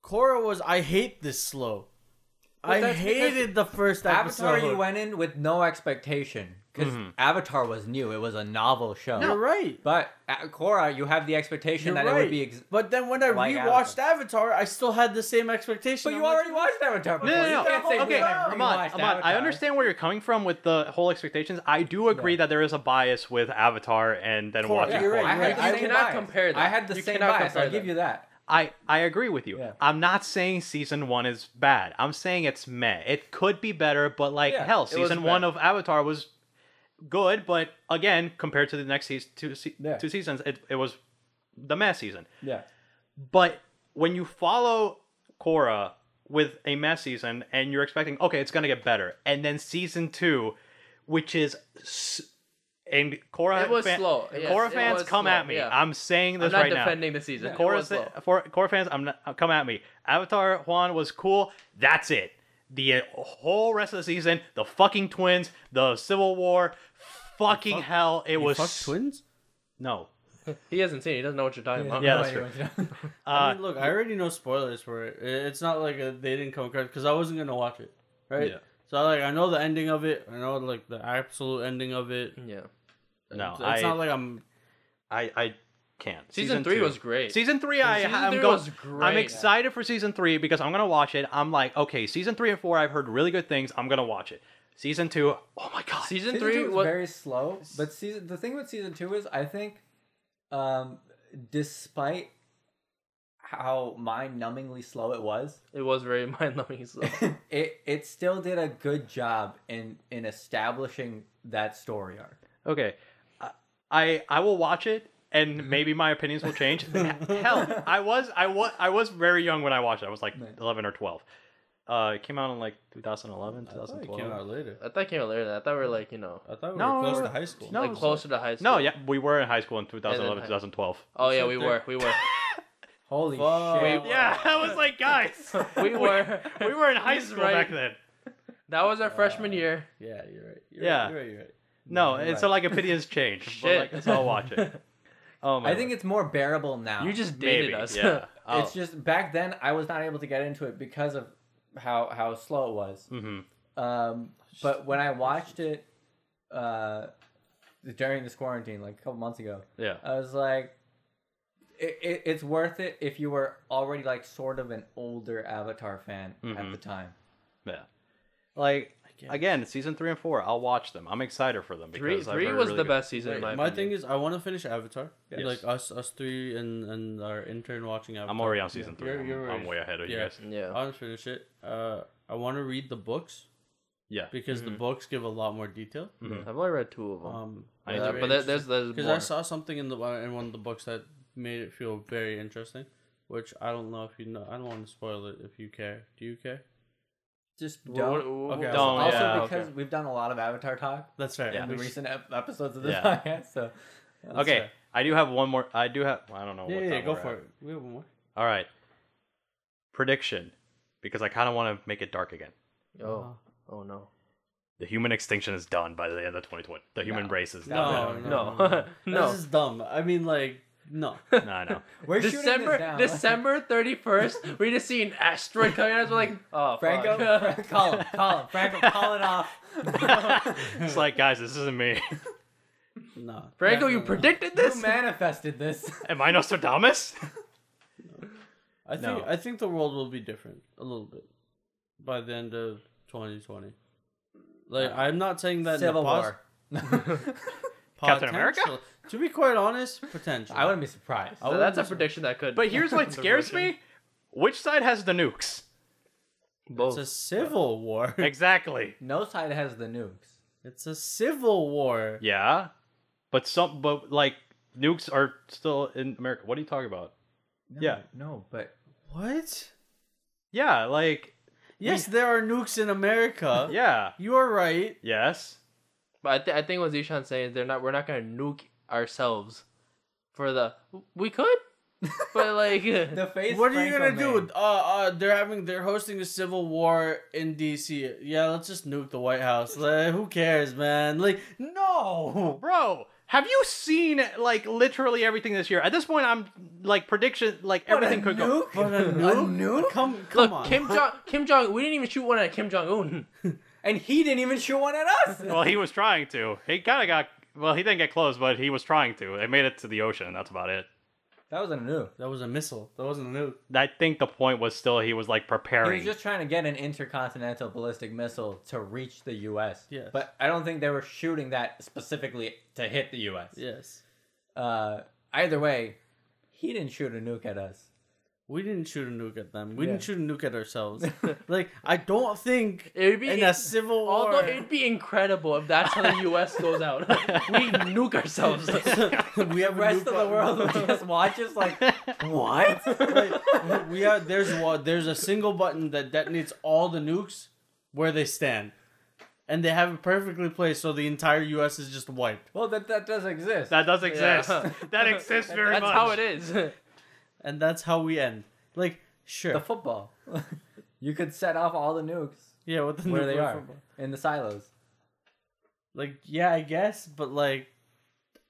S2: Cora was. I hate this slow.
S4: But
S2: I
S4: that's because
S2: hated the first episode.
S4: Avatar, you went in with no expectation because Avatar was new. It was a novel show.
S2: You're right.
S4: But at Korra, you have the expectation
S2: You're
S4: that
S2: right.
S4: it would be. Ex-
S2: but then when I
S4: like
S2: rewatched Avatar. I still had the same expectation.
S4: but
S2: I'm
S4: you
S2: like,
S4: already watched Avatar. Before.
S1: No, no,
S4: You can't
S1: no.
S4: say
S1: Okay,
S4: we haven't
S1: come on,
S4: rewatched
S1: come on. I
S4: Avatar.
S1: understand where you're coming from with the whole expectations. I do agree that there is a bias with Avatar and then
S2: Correct.
S1: watching.
S2: You're
S1: Korra.
S2: right.
S4: I had
S2: You
S4: the same
S3: cannot
S4: bias.
S3: compare that.
S4: I had the
S3: You
S4: same
S3: cannot
S4: bias.
S3: compare
S4: I'll give
S3: that.
S4: you that.
S1: I I agree with you.
S4: Yeah.
S1: I'm not saying season one is bad. I'm saying it's meh. It could be better, but like
S4: Yeah,
S1: hell,
S4: it was
S1: season
S4: meh.
S1: one of Avatar was good, but again, compared to the next season, two, se-
S4: Yeah.
S1: two seasons, it, it was the meh season.
S4: Yeah.
S1: But when you follow Korra with a mess season and you're expecting, okay, it's gonna get better, and then season two, which is s- and Korra,
S3: It was slow. Yes,
S1: Korra
S3: it
S1: fans,
S3: was
S1: come
S3: slow,
S1: at me.
S3: yeah.
S1: I'm saying
S3: I'm
S1: this
S3: not
S1: right now.
S3: defending the season. It
S1: Korra,
S3: was slow.
S1: sa- for Korra fans, I'm not, come at me. Avatar Juan was cool. That's it. The uh, whole rest of the season, the fucking twins, the Civil War, fucking hell, it
S2: You
S1: was
S2: fuck
S1: s-
S2: twins.
S1: no.
S3: He hasn't seen. it. He doesn't know what you're talking about.
S1: Yeah, that's true.
S2: I
S1: Uh,
S2: mean, look, I already know spoilers for it. I- It's not like uh they didn't come correct because I wasn't gonna watch it, right?
S1: Yeah.
S2: So I, like I know the ending of it. I know like the absolute ending of it.
S3: Yeah.
S1: no,
S2: It's,
S1: I,
S2: it's not like I'm.
S1: I I can't.
S3: Season, three
S1: two.
S3: was great.
S1: Season three, I
S3: Season
S1: I'm
S3: three
S1: go-
S3: was great.
S1: I'm excited for season three because I'm gonna watch it. I'm like, okay, season three and four, I've heard really good things. I'm gonna watch it. Season two, oh my god,
S3: season,
S4: season
S3: three
S4: two was
S3: was
S4: very slow. But season the thing with season two is I think, um, despite how mind-numbingly slow it was,
S3: it was very mind numbing. So.
S4: it it still did a good job in in establishing that story arc.
S1: okay, I- I I will watch it
S3: Mm-hmm.
S1: and maybe my opinions will change. Hell, I was I was I was very young when I watched it. I was like 11 or 12. Uh, it came out in like 2011,
S2: It
S1: 2012.
S2: came out later.
S3: I thought it came out later. than that. I thought we were like you know
S2: I thought we
S1: No,
S2: were close
S1: no,
S2: to
S1: no.
S2: high school.
S1: No, it
S3: like
S1: was
S3: closer to high school.
S1: No, yeah, we were in high school in 2011,
S3: high-
S1: 2012.
S3: Oh yeah,
S2: Said
S3: we
S2: that-
S3: were. We were.
S4: Holy
S2: Fuck.
S4: shit!
S2: Wait,
S1: Yeah, I was like, guys,
S3: We were.
S1: we were in high
S3: He's
S1: school
S3: right.
S1: back then.
S3: That was our freshman year.
S2: Yeah, you're right. You're
S1: Yeah.
S2: right, you're right. You're right.
S1: No,
S4: you're
S1: and so like opinions change.
S3: Shit.
S1: But, like, so I'll watch it. Oh my!
S4: I think it's more bearable now. Oh.
S3: You just
S1: God. maybe.
S3: dated us.
S1: Yeah. I'll-
S4: It's just back then I was not able to get into it because of how how slow it was.
S1: Mhm.
S4: Um, but when I watched it uh, during this quarantine, like a couple months ago,
S1: Yeah.
S4: I was like, it, it, it's worth it if you were already like sort of an older Avatar fan at the time.
S1: Yeah. Like again, season three and four, I'll watch them. I'm excited for them
S3: Three,
S1: because I've
S3: three
S1: heard
S3: was
S1: really
S3: the
S1: good-
S3: best season in
S2: My,
S3: my, opinion.
S2: thing is, I want to finish Avatar.
S1: Yes.
S2: Like us, us three, and and our intern watching Avatar.
S1: I'm already on season
S2: Yeah.
S1: 3
S2: You're-
S1: I'm-
S2: you're
S1: I'm,
S2: right.
S1: way ahead of you
S2: Yeah.
S1: guys.
S2: I
S3: Yeah.
S2: want to finish it. Uh, I want to read the books
S1: Yeah. Mm-hmm.
S2: because the books give a lot more detail.
S3: I've only read two of them.
S2: Um,
S1: I
S3: Uh, but there, there's there's
S2: because
S3: more.
S2: I saw something in the in one of the books that made it feel very interesting, which I don't know if you know. I don't want to spoil it if you care. Do you care?
S4: Just
S3: Wha-
S4: don't.
S3: wha-
S2: Oh, Okay,
S3: wha-
S2: I'll-
S1: Don't,
S4: also,
S1: yeah,
S4: because we've done a lot of Avatar talk
S2: That's right.
S1: Yeah.
S4: in the
S2: We should-
S4: recent ep- episodes of this
S1: Yeah.
S4: podcast, so that's
S1: Okay.
S4: fair.
S1: I do have one more. I do have. I don't know.
S2: yeah,
S1: what
S2: yeah,
S1: time
S2: go
S1: we're
S2: for
S1: at.
S2: it. We have one more.
S1: All right. Prediction, because I kind of want to make it dark again.
S3: Oh, oh no.
S1: The human extinction is done by the end of 2020. The human
S4: No.
S1: race is
S2: No,
S1: done.
S2: no,
S3: No.
S2: no, no.
S3: No.
S2: This is dumb. I mean, like, no.
S1: No, I know.
S4: We're shooting this
S3: December
S4: down.
S3: December 31st, we just see an asteroid coming at us. We're like, oh,
S4: Franco,
S3: fuck.
S4: Franco, call him, call him, Franco, call it off.
S1: it's like, guys, this isn't me.
S2: No.
S3: Franco,
S2: Definitely
S3: you
S2: not.
S3: predicted
S4: Who
S3: this?
S4: manifested this?
S1: Am I Nostradamus?
S2: I think
S1: No.
S2: I think the world will be different a little bit by the end of 2020. Like I'm not saying that
S4: Civil
S2: in a pos-
S4: War.
S1: Captain America?
S2: potential- To be quite honest, potential.
S4: I wouldn't be surprised.
S2: Oh.
S3: So that's a prediction that could.
S1: But here's what scares me: which side has the nukes?
S2: It's
S3: Both.
S2: a civil war.
S1: Exactly.
S4: No side has the nukes.
S2: It's a civil war.
S1: Yeah, but some, but like nukes are still in America. What are you talking about?
S4: No,
S1: Yeah.
S4: No, but
S2: What?
S1: Yeah, like
S2: Yes, there are nukes in America.
S1: yeah,
S2: You are right.
S1: yes.
S3: But I, th- I think what Zishan's saying is they're not. We're not gonna nuke ourselves. For the we could, but like
S4: the face.
S2: What are you gonna
S4: Franco
S2: do?
S4: made.
S2: Uh, uh, they're having, they're hosting a civil war in D.C. Yeah, let's just nuke the White House. Like, who cares, man? Like, no.
S1: Bro, have you seen like literally everything this year? At this point, I'm like prediction, like everything could go.
S2: But a nuke? Come, come
S3: look
S2: on.
S3: Kim Jong Kim Jong. We didn't even shoot one at Kim Jong Un.
S4: And he didn't even shoot one at us.
S1: Well, he was trying to. He kind of got. Well, he didn't get close, but he was trying to. It made it to the ocean. That's about it.
S4: that was a nuke.
S2: that was a missile. That wasn't a nuke.
S1: I think the point was still he was like
S4: He
S1: preparing.
S4: was just trying to get an intercontinental ballistic missile to reach the U.S.
S2: Yes.
S4: But I don't think they were shooting that specifically to hit the U.S.
S2: Yes.
S4: Uh, either way, he didn't shoot a nuke at us.
S2: We didn't shoot a nuke at them. We
S4: Yeah.
S2: didn't shoot a nuke at ourselves. like, I don't think
S3: It would be
S2: in a civil war.
S3: Although it'd be incredible if that's how the U.S. goes out. we nuke ourselves.
S2: we have a
S4: The
S2: nuke
S4: rest of the
S2: button.
S4: world would just watch us like, what?
S2: Like, we have there's wa- there's a single button that detonates all the nukes where they stand, and they have it perfectly placed so the entire U.S. is just wiped.
S4: well, that that does exist.
S1: that does exist. That exists very
S3: that's
S1: much.
S3: how it is.
S2: And that's how we end. Like sure,
S4: the football. you could set off all the nukes
S2: yeah, with the
S4: where they
S2: nuclear
S4: are
S2: football.
S4: in the silos.
S2: Like yeah, I guess, but like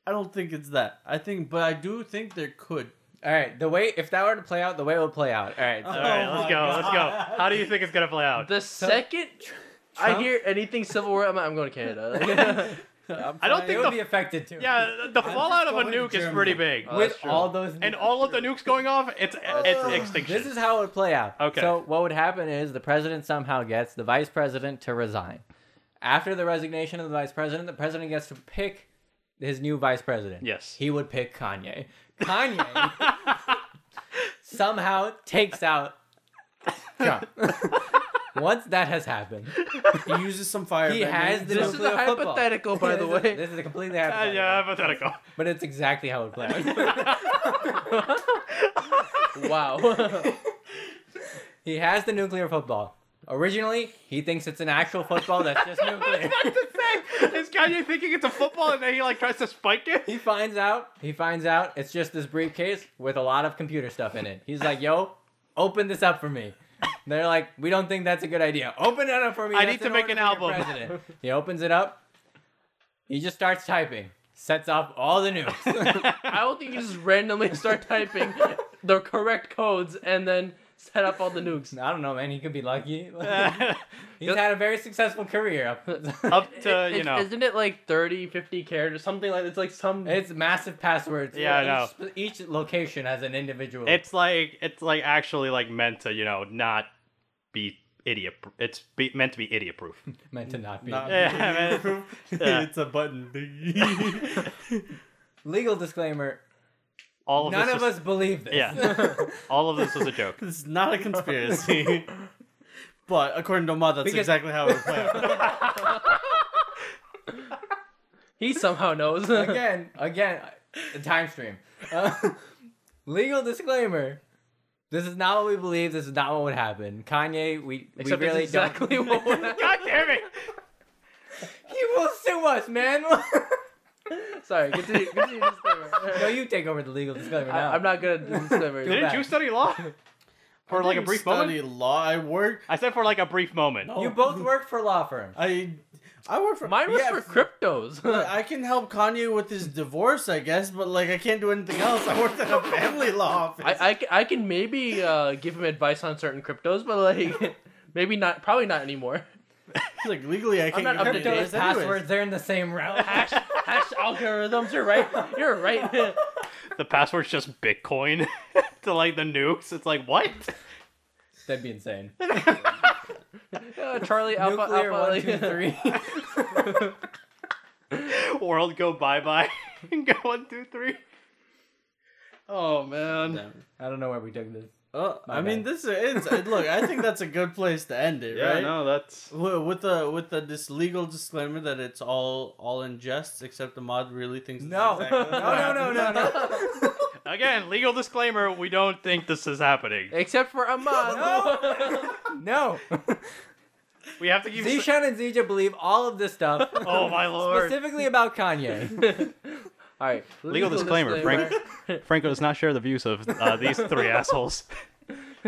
S2: I don't think it's that. I think, but I do think there could.
S4: All right, the way if that were to play out, the way it would play out. All right, so
S1: All right, let's
S2: my
S1: go. Let's go. How do you think it's gonna play out?
S3: The second I hear anything Civil War, I'm, I'm going to Canada.
S1: I don't
S4: it
S1: think
S4: would
S1: the
S4: be affected too.
S1: yeah the fallout of a
S2: going to
S1: nuke is
S2: Germany.
S1: pretty big.
S3: Oh,
S4: with
S3: that's true.
S4: all those
S1: and
S4: nukes.
S1: all of the nukes going off, it's it's extinction.
S4: This is how it would play out.
S1: Okay.
S4: So what would happen is the president somehow gets the vice president to resign. After the resignation of the vice president, the president gets to pick his new vice president.
S1: Yes.
S4: He would pick Kanye. Kanye somehow takes out Trump. Once that has happened,
S2: He uses some fire.
S4: he has the
S3: this is
S4: nuclear
S3: a
S4: football.
S3: hypothetical, by the
S4: This is-
S3: way.
S4: this is a completely
S1: Uh,
S4: hypothetical.
S1: yeah, hypothetical.
S4: But it's exactly how it played out.
S3: wow.
S4: he has the nuclear football. Originally, he thinks it's an actual football that's just nuclear.
S1: is Kanye thinking it's a football and then he like tries to spike it?
S4: He finds out. He finds out it's just this briefcase with a lot of computer stuff in it. He's like, "Yo, open this up for me." They're like, "We don't think that's a good idea. Open it up for me.
S1: I
S4: That's
S1: need to
S4: in
S1: make
S4: order
S1: an
S4: for your
S1: album."
S4: president." he opens it up. He just starts typing. Sets off all the nukes.
S3: I don't think you just randomly start typing the correct codes and then set up all the nukes.
S4: I don't know, man. He could be lucky. He's had a very successful career. Up.
S1: Uh, Up to
S3: It-
S1: you know.
S3: Isn't it like 30, 50 characters, something like It's like some.
S4: it's massive passwords.
S1: Yeah, I know.
S4: Each, each location has an individual.
S1: It's like it's like actually like meant to you know not be idiot. pr- It's be, meant to be idiot proof.
S4: meant to not be.
S1: Yeah, man. Yeah.
S2: it's a button.
S4: Legal disclaimer.
S1: All of
S4: None
S1: this
S4: of
S1: was,
S4: us believe this.
S1: Yeah. all of this was a joke.
S2: This is not a conspiracy. but according to Ma, that's
S4: Because-
S2: exactly how it would play out.
S3: he somehow knows.
S4: again, again, the time stream. Uh, legal disclaimer. This is not what we believe. This is not what would happen. Kanye, we, we
S3: Except it's
S4: really
S3: exactly
S4: don't.
S3: what would happen.
S1: God damn it!
S4: He will sue us, man.
S3: Sorry, continue. continue disclaimer.
S4: no, you take over the legal disclaimer now.
S3: I, am not good at the disclaimer.
S1: Didn't
S4: back.
S1: you study law? For like a brief moment.
S2: study law. I work.
S1: I said for like a brief moment.
S4: You both work for law firms.
S2: I I work for.
S3: Mine was
S2: yeah,
S3: for cryptos.
S2: I can help Kanye with his divorce, I guess, but like I can't do anything else. I work at a family law office.
S3: I, I, ca- I can maybe uh, give him advice on certain cryptos, but like maybe not, probably not anymore.
S2: like legally, I can't.
S3: not
S2: give
S3: up to
S2: you
S3: date
S4: Those
S2: advice anyways.
S4: passwords, they're in the same realm.
S3: Hash, hash algorithms, you're right. You're right.
S1: The password's just Bitcoin to like the nukes. It's like what?
S4: That'd be insane.
S3: Uh, Charlie Alpha Alpha.
S4: Nuclear one,
S3: like-
S4: two, three.
S1: World go bye bye. go one, two, three.
S6: Oh man.
S2: Damn.
S4: I don't know where we took this.
S2: Oh,
S4: My
S2: I mean,
S4: bad.
S2: this is it's, look. I think that's a good place to end it,
S1: Yeah,
S2: right?
S1: no, that's
S2: Wi- With the with the this legal disclaimer that it's all all in jest, except the mod really thinks. it's
S4: No,
S2: exactly-
S4: no, no, no, no, no.
S1: again legal disclaimer. We don't think this is happening.
S3: Except for Ahmad.
S4: No.
S1: We have to keep. s-
S4: Zishan and Zija believe all of this stuff,
S1: oh my lord!
S4: specifically about Kanye.
S3: All right.
S1: Legal disclaimer, Franco does not share the views of uh, these three assholes.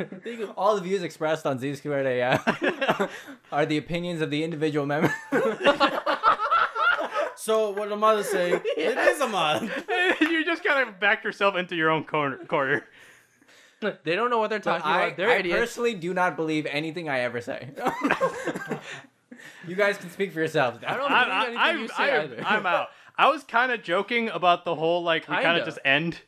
S4: All the views expressed on Z squared AI are the opinions of the individual members.
S2: So what Ahmad is saying, it is a mod.
S1: you just kind of backed yourself into your own corner. corner.
S3: They don't know what they're talking
S4: I,
S3: about. They're
S4: I
S3: idiots.
S4: personally do not believe anything I ever say. you guys can speak for yourselves.
S3: I don't believe
S1: I'm,
S3: anything
S1: I'm,
S3: you say
S1: I'm,
S3: either.
S1: I'm out. I was kind of joking about the whole like we kind
S3: Kinda.
S1: of just end.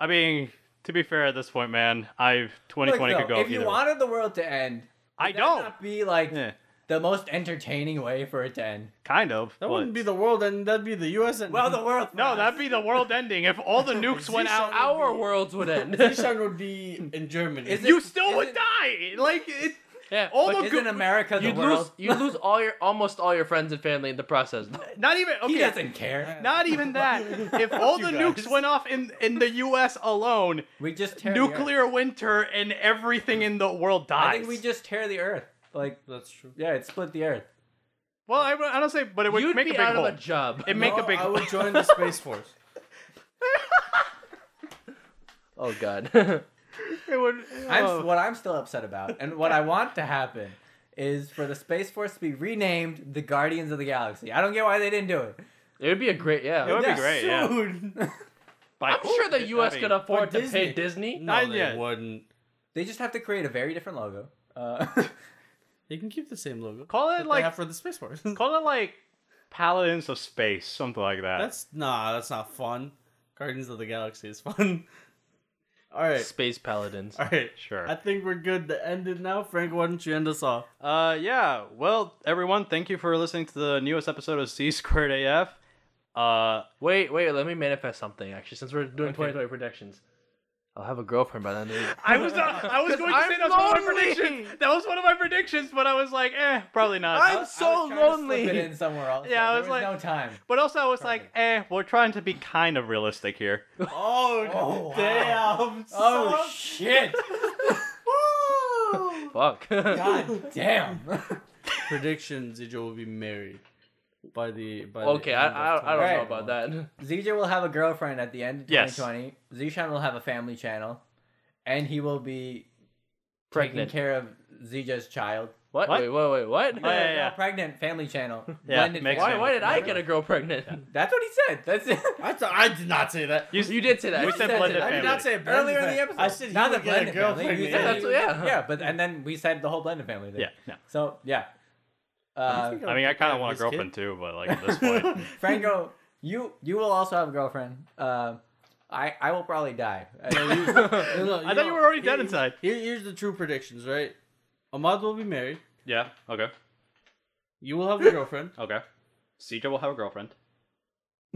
S1: I mean, to be fair at this point, man, I've 2020
S4: Look,
S1: could
S4: though,
S1: go
S4: if you
S1: either way.
S4: wanted the world to end,
S1: I
S4: that would
S1: don't.
S4: not be like
S1: Yeah,
S4: the most entertaining way for it to end.
S1: kind of.
S2: That
S1: but-
S2: wouldn't be the world, and that'd be the U.S. and
S4: Well, the world.
S1: No, that'd be the world ending if all the nukes went out.
S3: Our worlds would end.
S2: Zishan would be in Germany.
S4: Is it-
S1: You still would die.
S4: Isn't-
S1: Like it.
S3: yeah.
S1: All
S4: But
S1: the
S4: isn't
S1: good.
S4: America the
S3: You'd lose,
S4: world?
S3: you'd lose all your almost all your friends and family in the process.
S1: Not even.
S4: He
S1: Okay.
S4: doesn't care.
S1: Not even that. If all the
S2: you
S1: nukes
S2: guys.
S1: went off in in the U.S. alone,
S4: We just tear the earth.
S1: nuclear winter and everything in the world dies.
S4: I think we just tear the earth. Like,
S2: That's true.
S4: yeah, it split the earth.
S1: Well, I, I don't say, but it would
S3: You'd
S1: make a
S3: be
S1: big
S3: out
S1: hole.
S3: of a job.
S1: It make
S2: No,
S1: a big
S2: I
S1: hole.
S2: would join the space force.
S3: oh God.
S1: It would.
S4: I'm,
S1: oh.
S4: what I'm still upset about, and what I want to happen, is for the Space Force to be renamed the Guardians of the Galaxy. I don't get why they didn't do it.
S3: It would be a great, yeah.
S1: It would
S4: Yeah.
S1: be great. Yeah.
S2: Dude.
S1: By
S3: I'm
S1: who?
S3: sure the U.S.
S1: I mean,
S3: could afford
S2: Or
S3: to pay Disney.
S2: No,
S1: yeah.
S2: they wouldn't.
S4: They just have to create a very different logo. Uh,
S2: They can keep the same logo.
S1: Call
S2: that
S1: it
S2: they
S1: like-
S2: have for the space force.
S1: Call it like Paladins of Space, something like that.
S2: That's nah. That's not fun. Guardians of the Galaxy is fun. All right.
S3: Space Paladins.
S2: All right.
S1: Sure.
S2: I think we're good to end it now. Frank, why don't you end us off?
S1: Uh, yeah. Well, everyone, thank you for listening to the newest episode of C Squared AF. Uh,
S3: Wait, wait. Let me manifest something. Actually, since we're doing 2020 predictions, I'll have a girlfriend by the end of the year.
S1: I was not, I was going to
S3: I'm
S1: say that's one of my
S3: lonely.
S1: predictions. That was one of my predictions, but I was like, eh, probably not.
S3: I'm so
S4: I was trying to slip
S3: lonely.
S4: it in somewhere else.
S1: Yeah, I
S4: there
S1: was
S4: was
S1: like-
S4: no time.
S1: but also, I was like, eh, we're trying to be kind of realistic here.
S2: Oh,
S4: Oh, wow.
S2: damn.
S4: Oh shit!
S3: Fuck.
S4: God damn.
S2: Predictions: Ijo will be married by the by. the
S3: okay,
S2: end
S3: I,
S2: of
S3: I, I don't
S2: 2021.
S3: know about that.
S4: Zija will have a girlfriend at the end of
S1: Yes.
S4: 2020. Zishan will have a family channel, and he will be
S3: Pregnant.
S4: taking care of Zija's child.
S3: What?
S1: What?
S3: Wait, wait, wait. What?
S1: Yeah, yeah,
S4: No,
S1: yeah.
S4: pregnant family channel.
S1: Yeah,
S4: Blended
S1: makes
S4: family.
S3: Why, why did I get a girl pregnant?
S4: That's what he said. That's it.
S2: I thought I did not say that.
S1: You,
S3: You did say that.
S1: We
S3: You
S1: said
S3: that.
S1: blended
S2: I did
S1: family.
S2: not say it
S4: Earlier in
S2: blended
S4: the episode,
S2: fam- I said he not
S4: not the
S2: would get a
S4: blended family.
S2: girlfriend.
S4: You
S2: yeah.
S4: said
S3: That's
S4: you-
S3: what- yeah.
S4: yeah, but and then we said the whole blended family thing.
S1: Yeah, yeah.
S4: So yeah,
S2: I'm
S4: uh,
S2: thinking
S1: I mean, I
S2: pick
S1: kind
S2: out
S1: of want
S2: this
S1: a girlfriend too, but like at this point,
S4: Franco, you you will also have a girlfriend. Uh, I I will probably die.
S2: kid. No, no,
S1: I thought you
S2: know,
S1: were already
S2: here-
S1: dead inside.
S2: Here, here's the true predictions, right? Ahmad will be married.
S1: Yeah. Okay.
S2: You will have a girlfriend.
S1: Okay. CJ will have a girlfriend.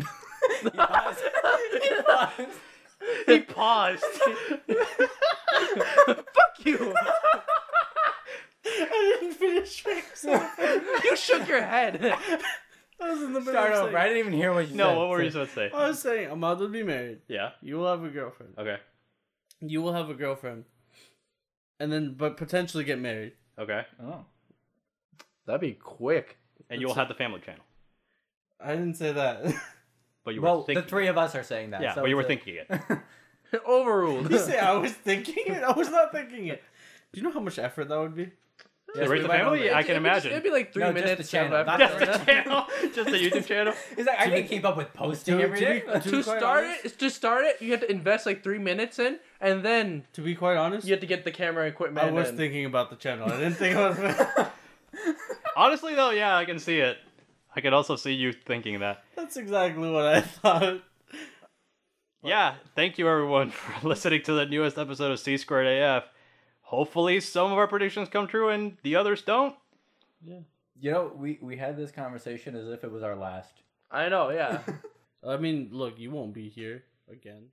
S1: He paused.
S3: Fuck you.
S2: I didn't finish.
S3: you shook your head.
S2: I was in the middle.
S4: Start
S2: of
S4: over.
S2: saying-
S4: I didn't even hear what you said.
S1: no, what were you supposed to say?
S2: I was saying Ahmad will be married.
S1: Yeah.
S2: You will have a girlfriend.
S1: Okay.
S2: You will have a girlfriend, and then but potentially get married.
S1: Okay.
S4: Oh.
S3: That'd be quick.
S1: And you'll have the family channel.
S2: I didn't say that.
S1: But you
S4: Well,
S1: were thinking.
S4: the three of us are saying that.
S1: Yeah,
S4: so
S1: but you were
S4: it's a-
S1: thinking it.
S3: Overruled.
S2: you say I was thinking it. I was not thinking it. Do you know how much effort that would be?
S4: Yes,
S1: raise
S4: we
S1: the
S4: went
S1: family?
S4: over it.
S1: I
S3: It'd-
S1: can
S3: it'd be-
S1: imagine.
S3: It'd be like three
S4: No, just
S3: minutes.
S4: the channel,
S3: of
S4: not
S1: Just
S3: effort.
S1: the channel. Just the YouTube channel.
S4: He's like, I can keep up with posting
S2: To-
S4: every
S2: to
S4: day.
S2: be- to be
S3: to
S2: quite
S3: start
S2: honest-
S3: it, to start it, you have to invest like three minutes in, and then
S2: To be quite honest,
S3: you have to get the camera equipment.
S2: I was
S3: in.
S2: thinking about the channel. I didn't think about it.
S1: Honestly, though, yeah, I can see it. I can also see you thinking that.
S2: That's exactly what I thought.
S1: Yeah, thank you everyone for listening to the newest episode of C Squared AF. Hopefully, some of our predictions come true and the others don't.
S4: You know, we we had this conversation as if it was our last.
S3: I know, yeah.
S2: I mean, look, you won't be here again.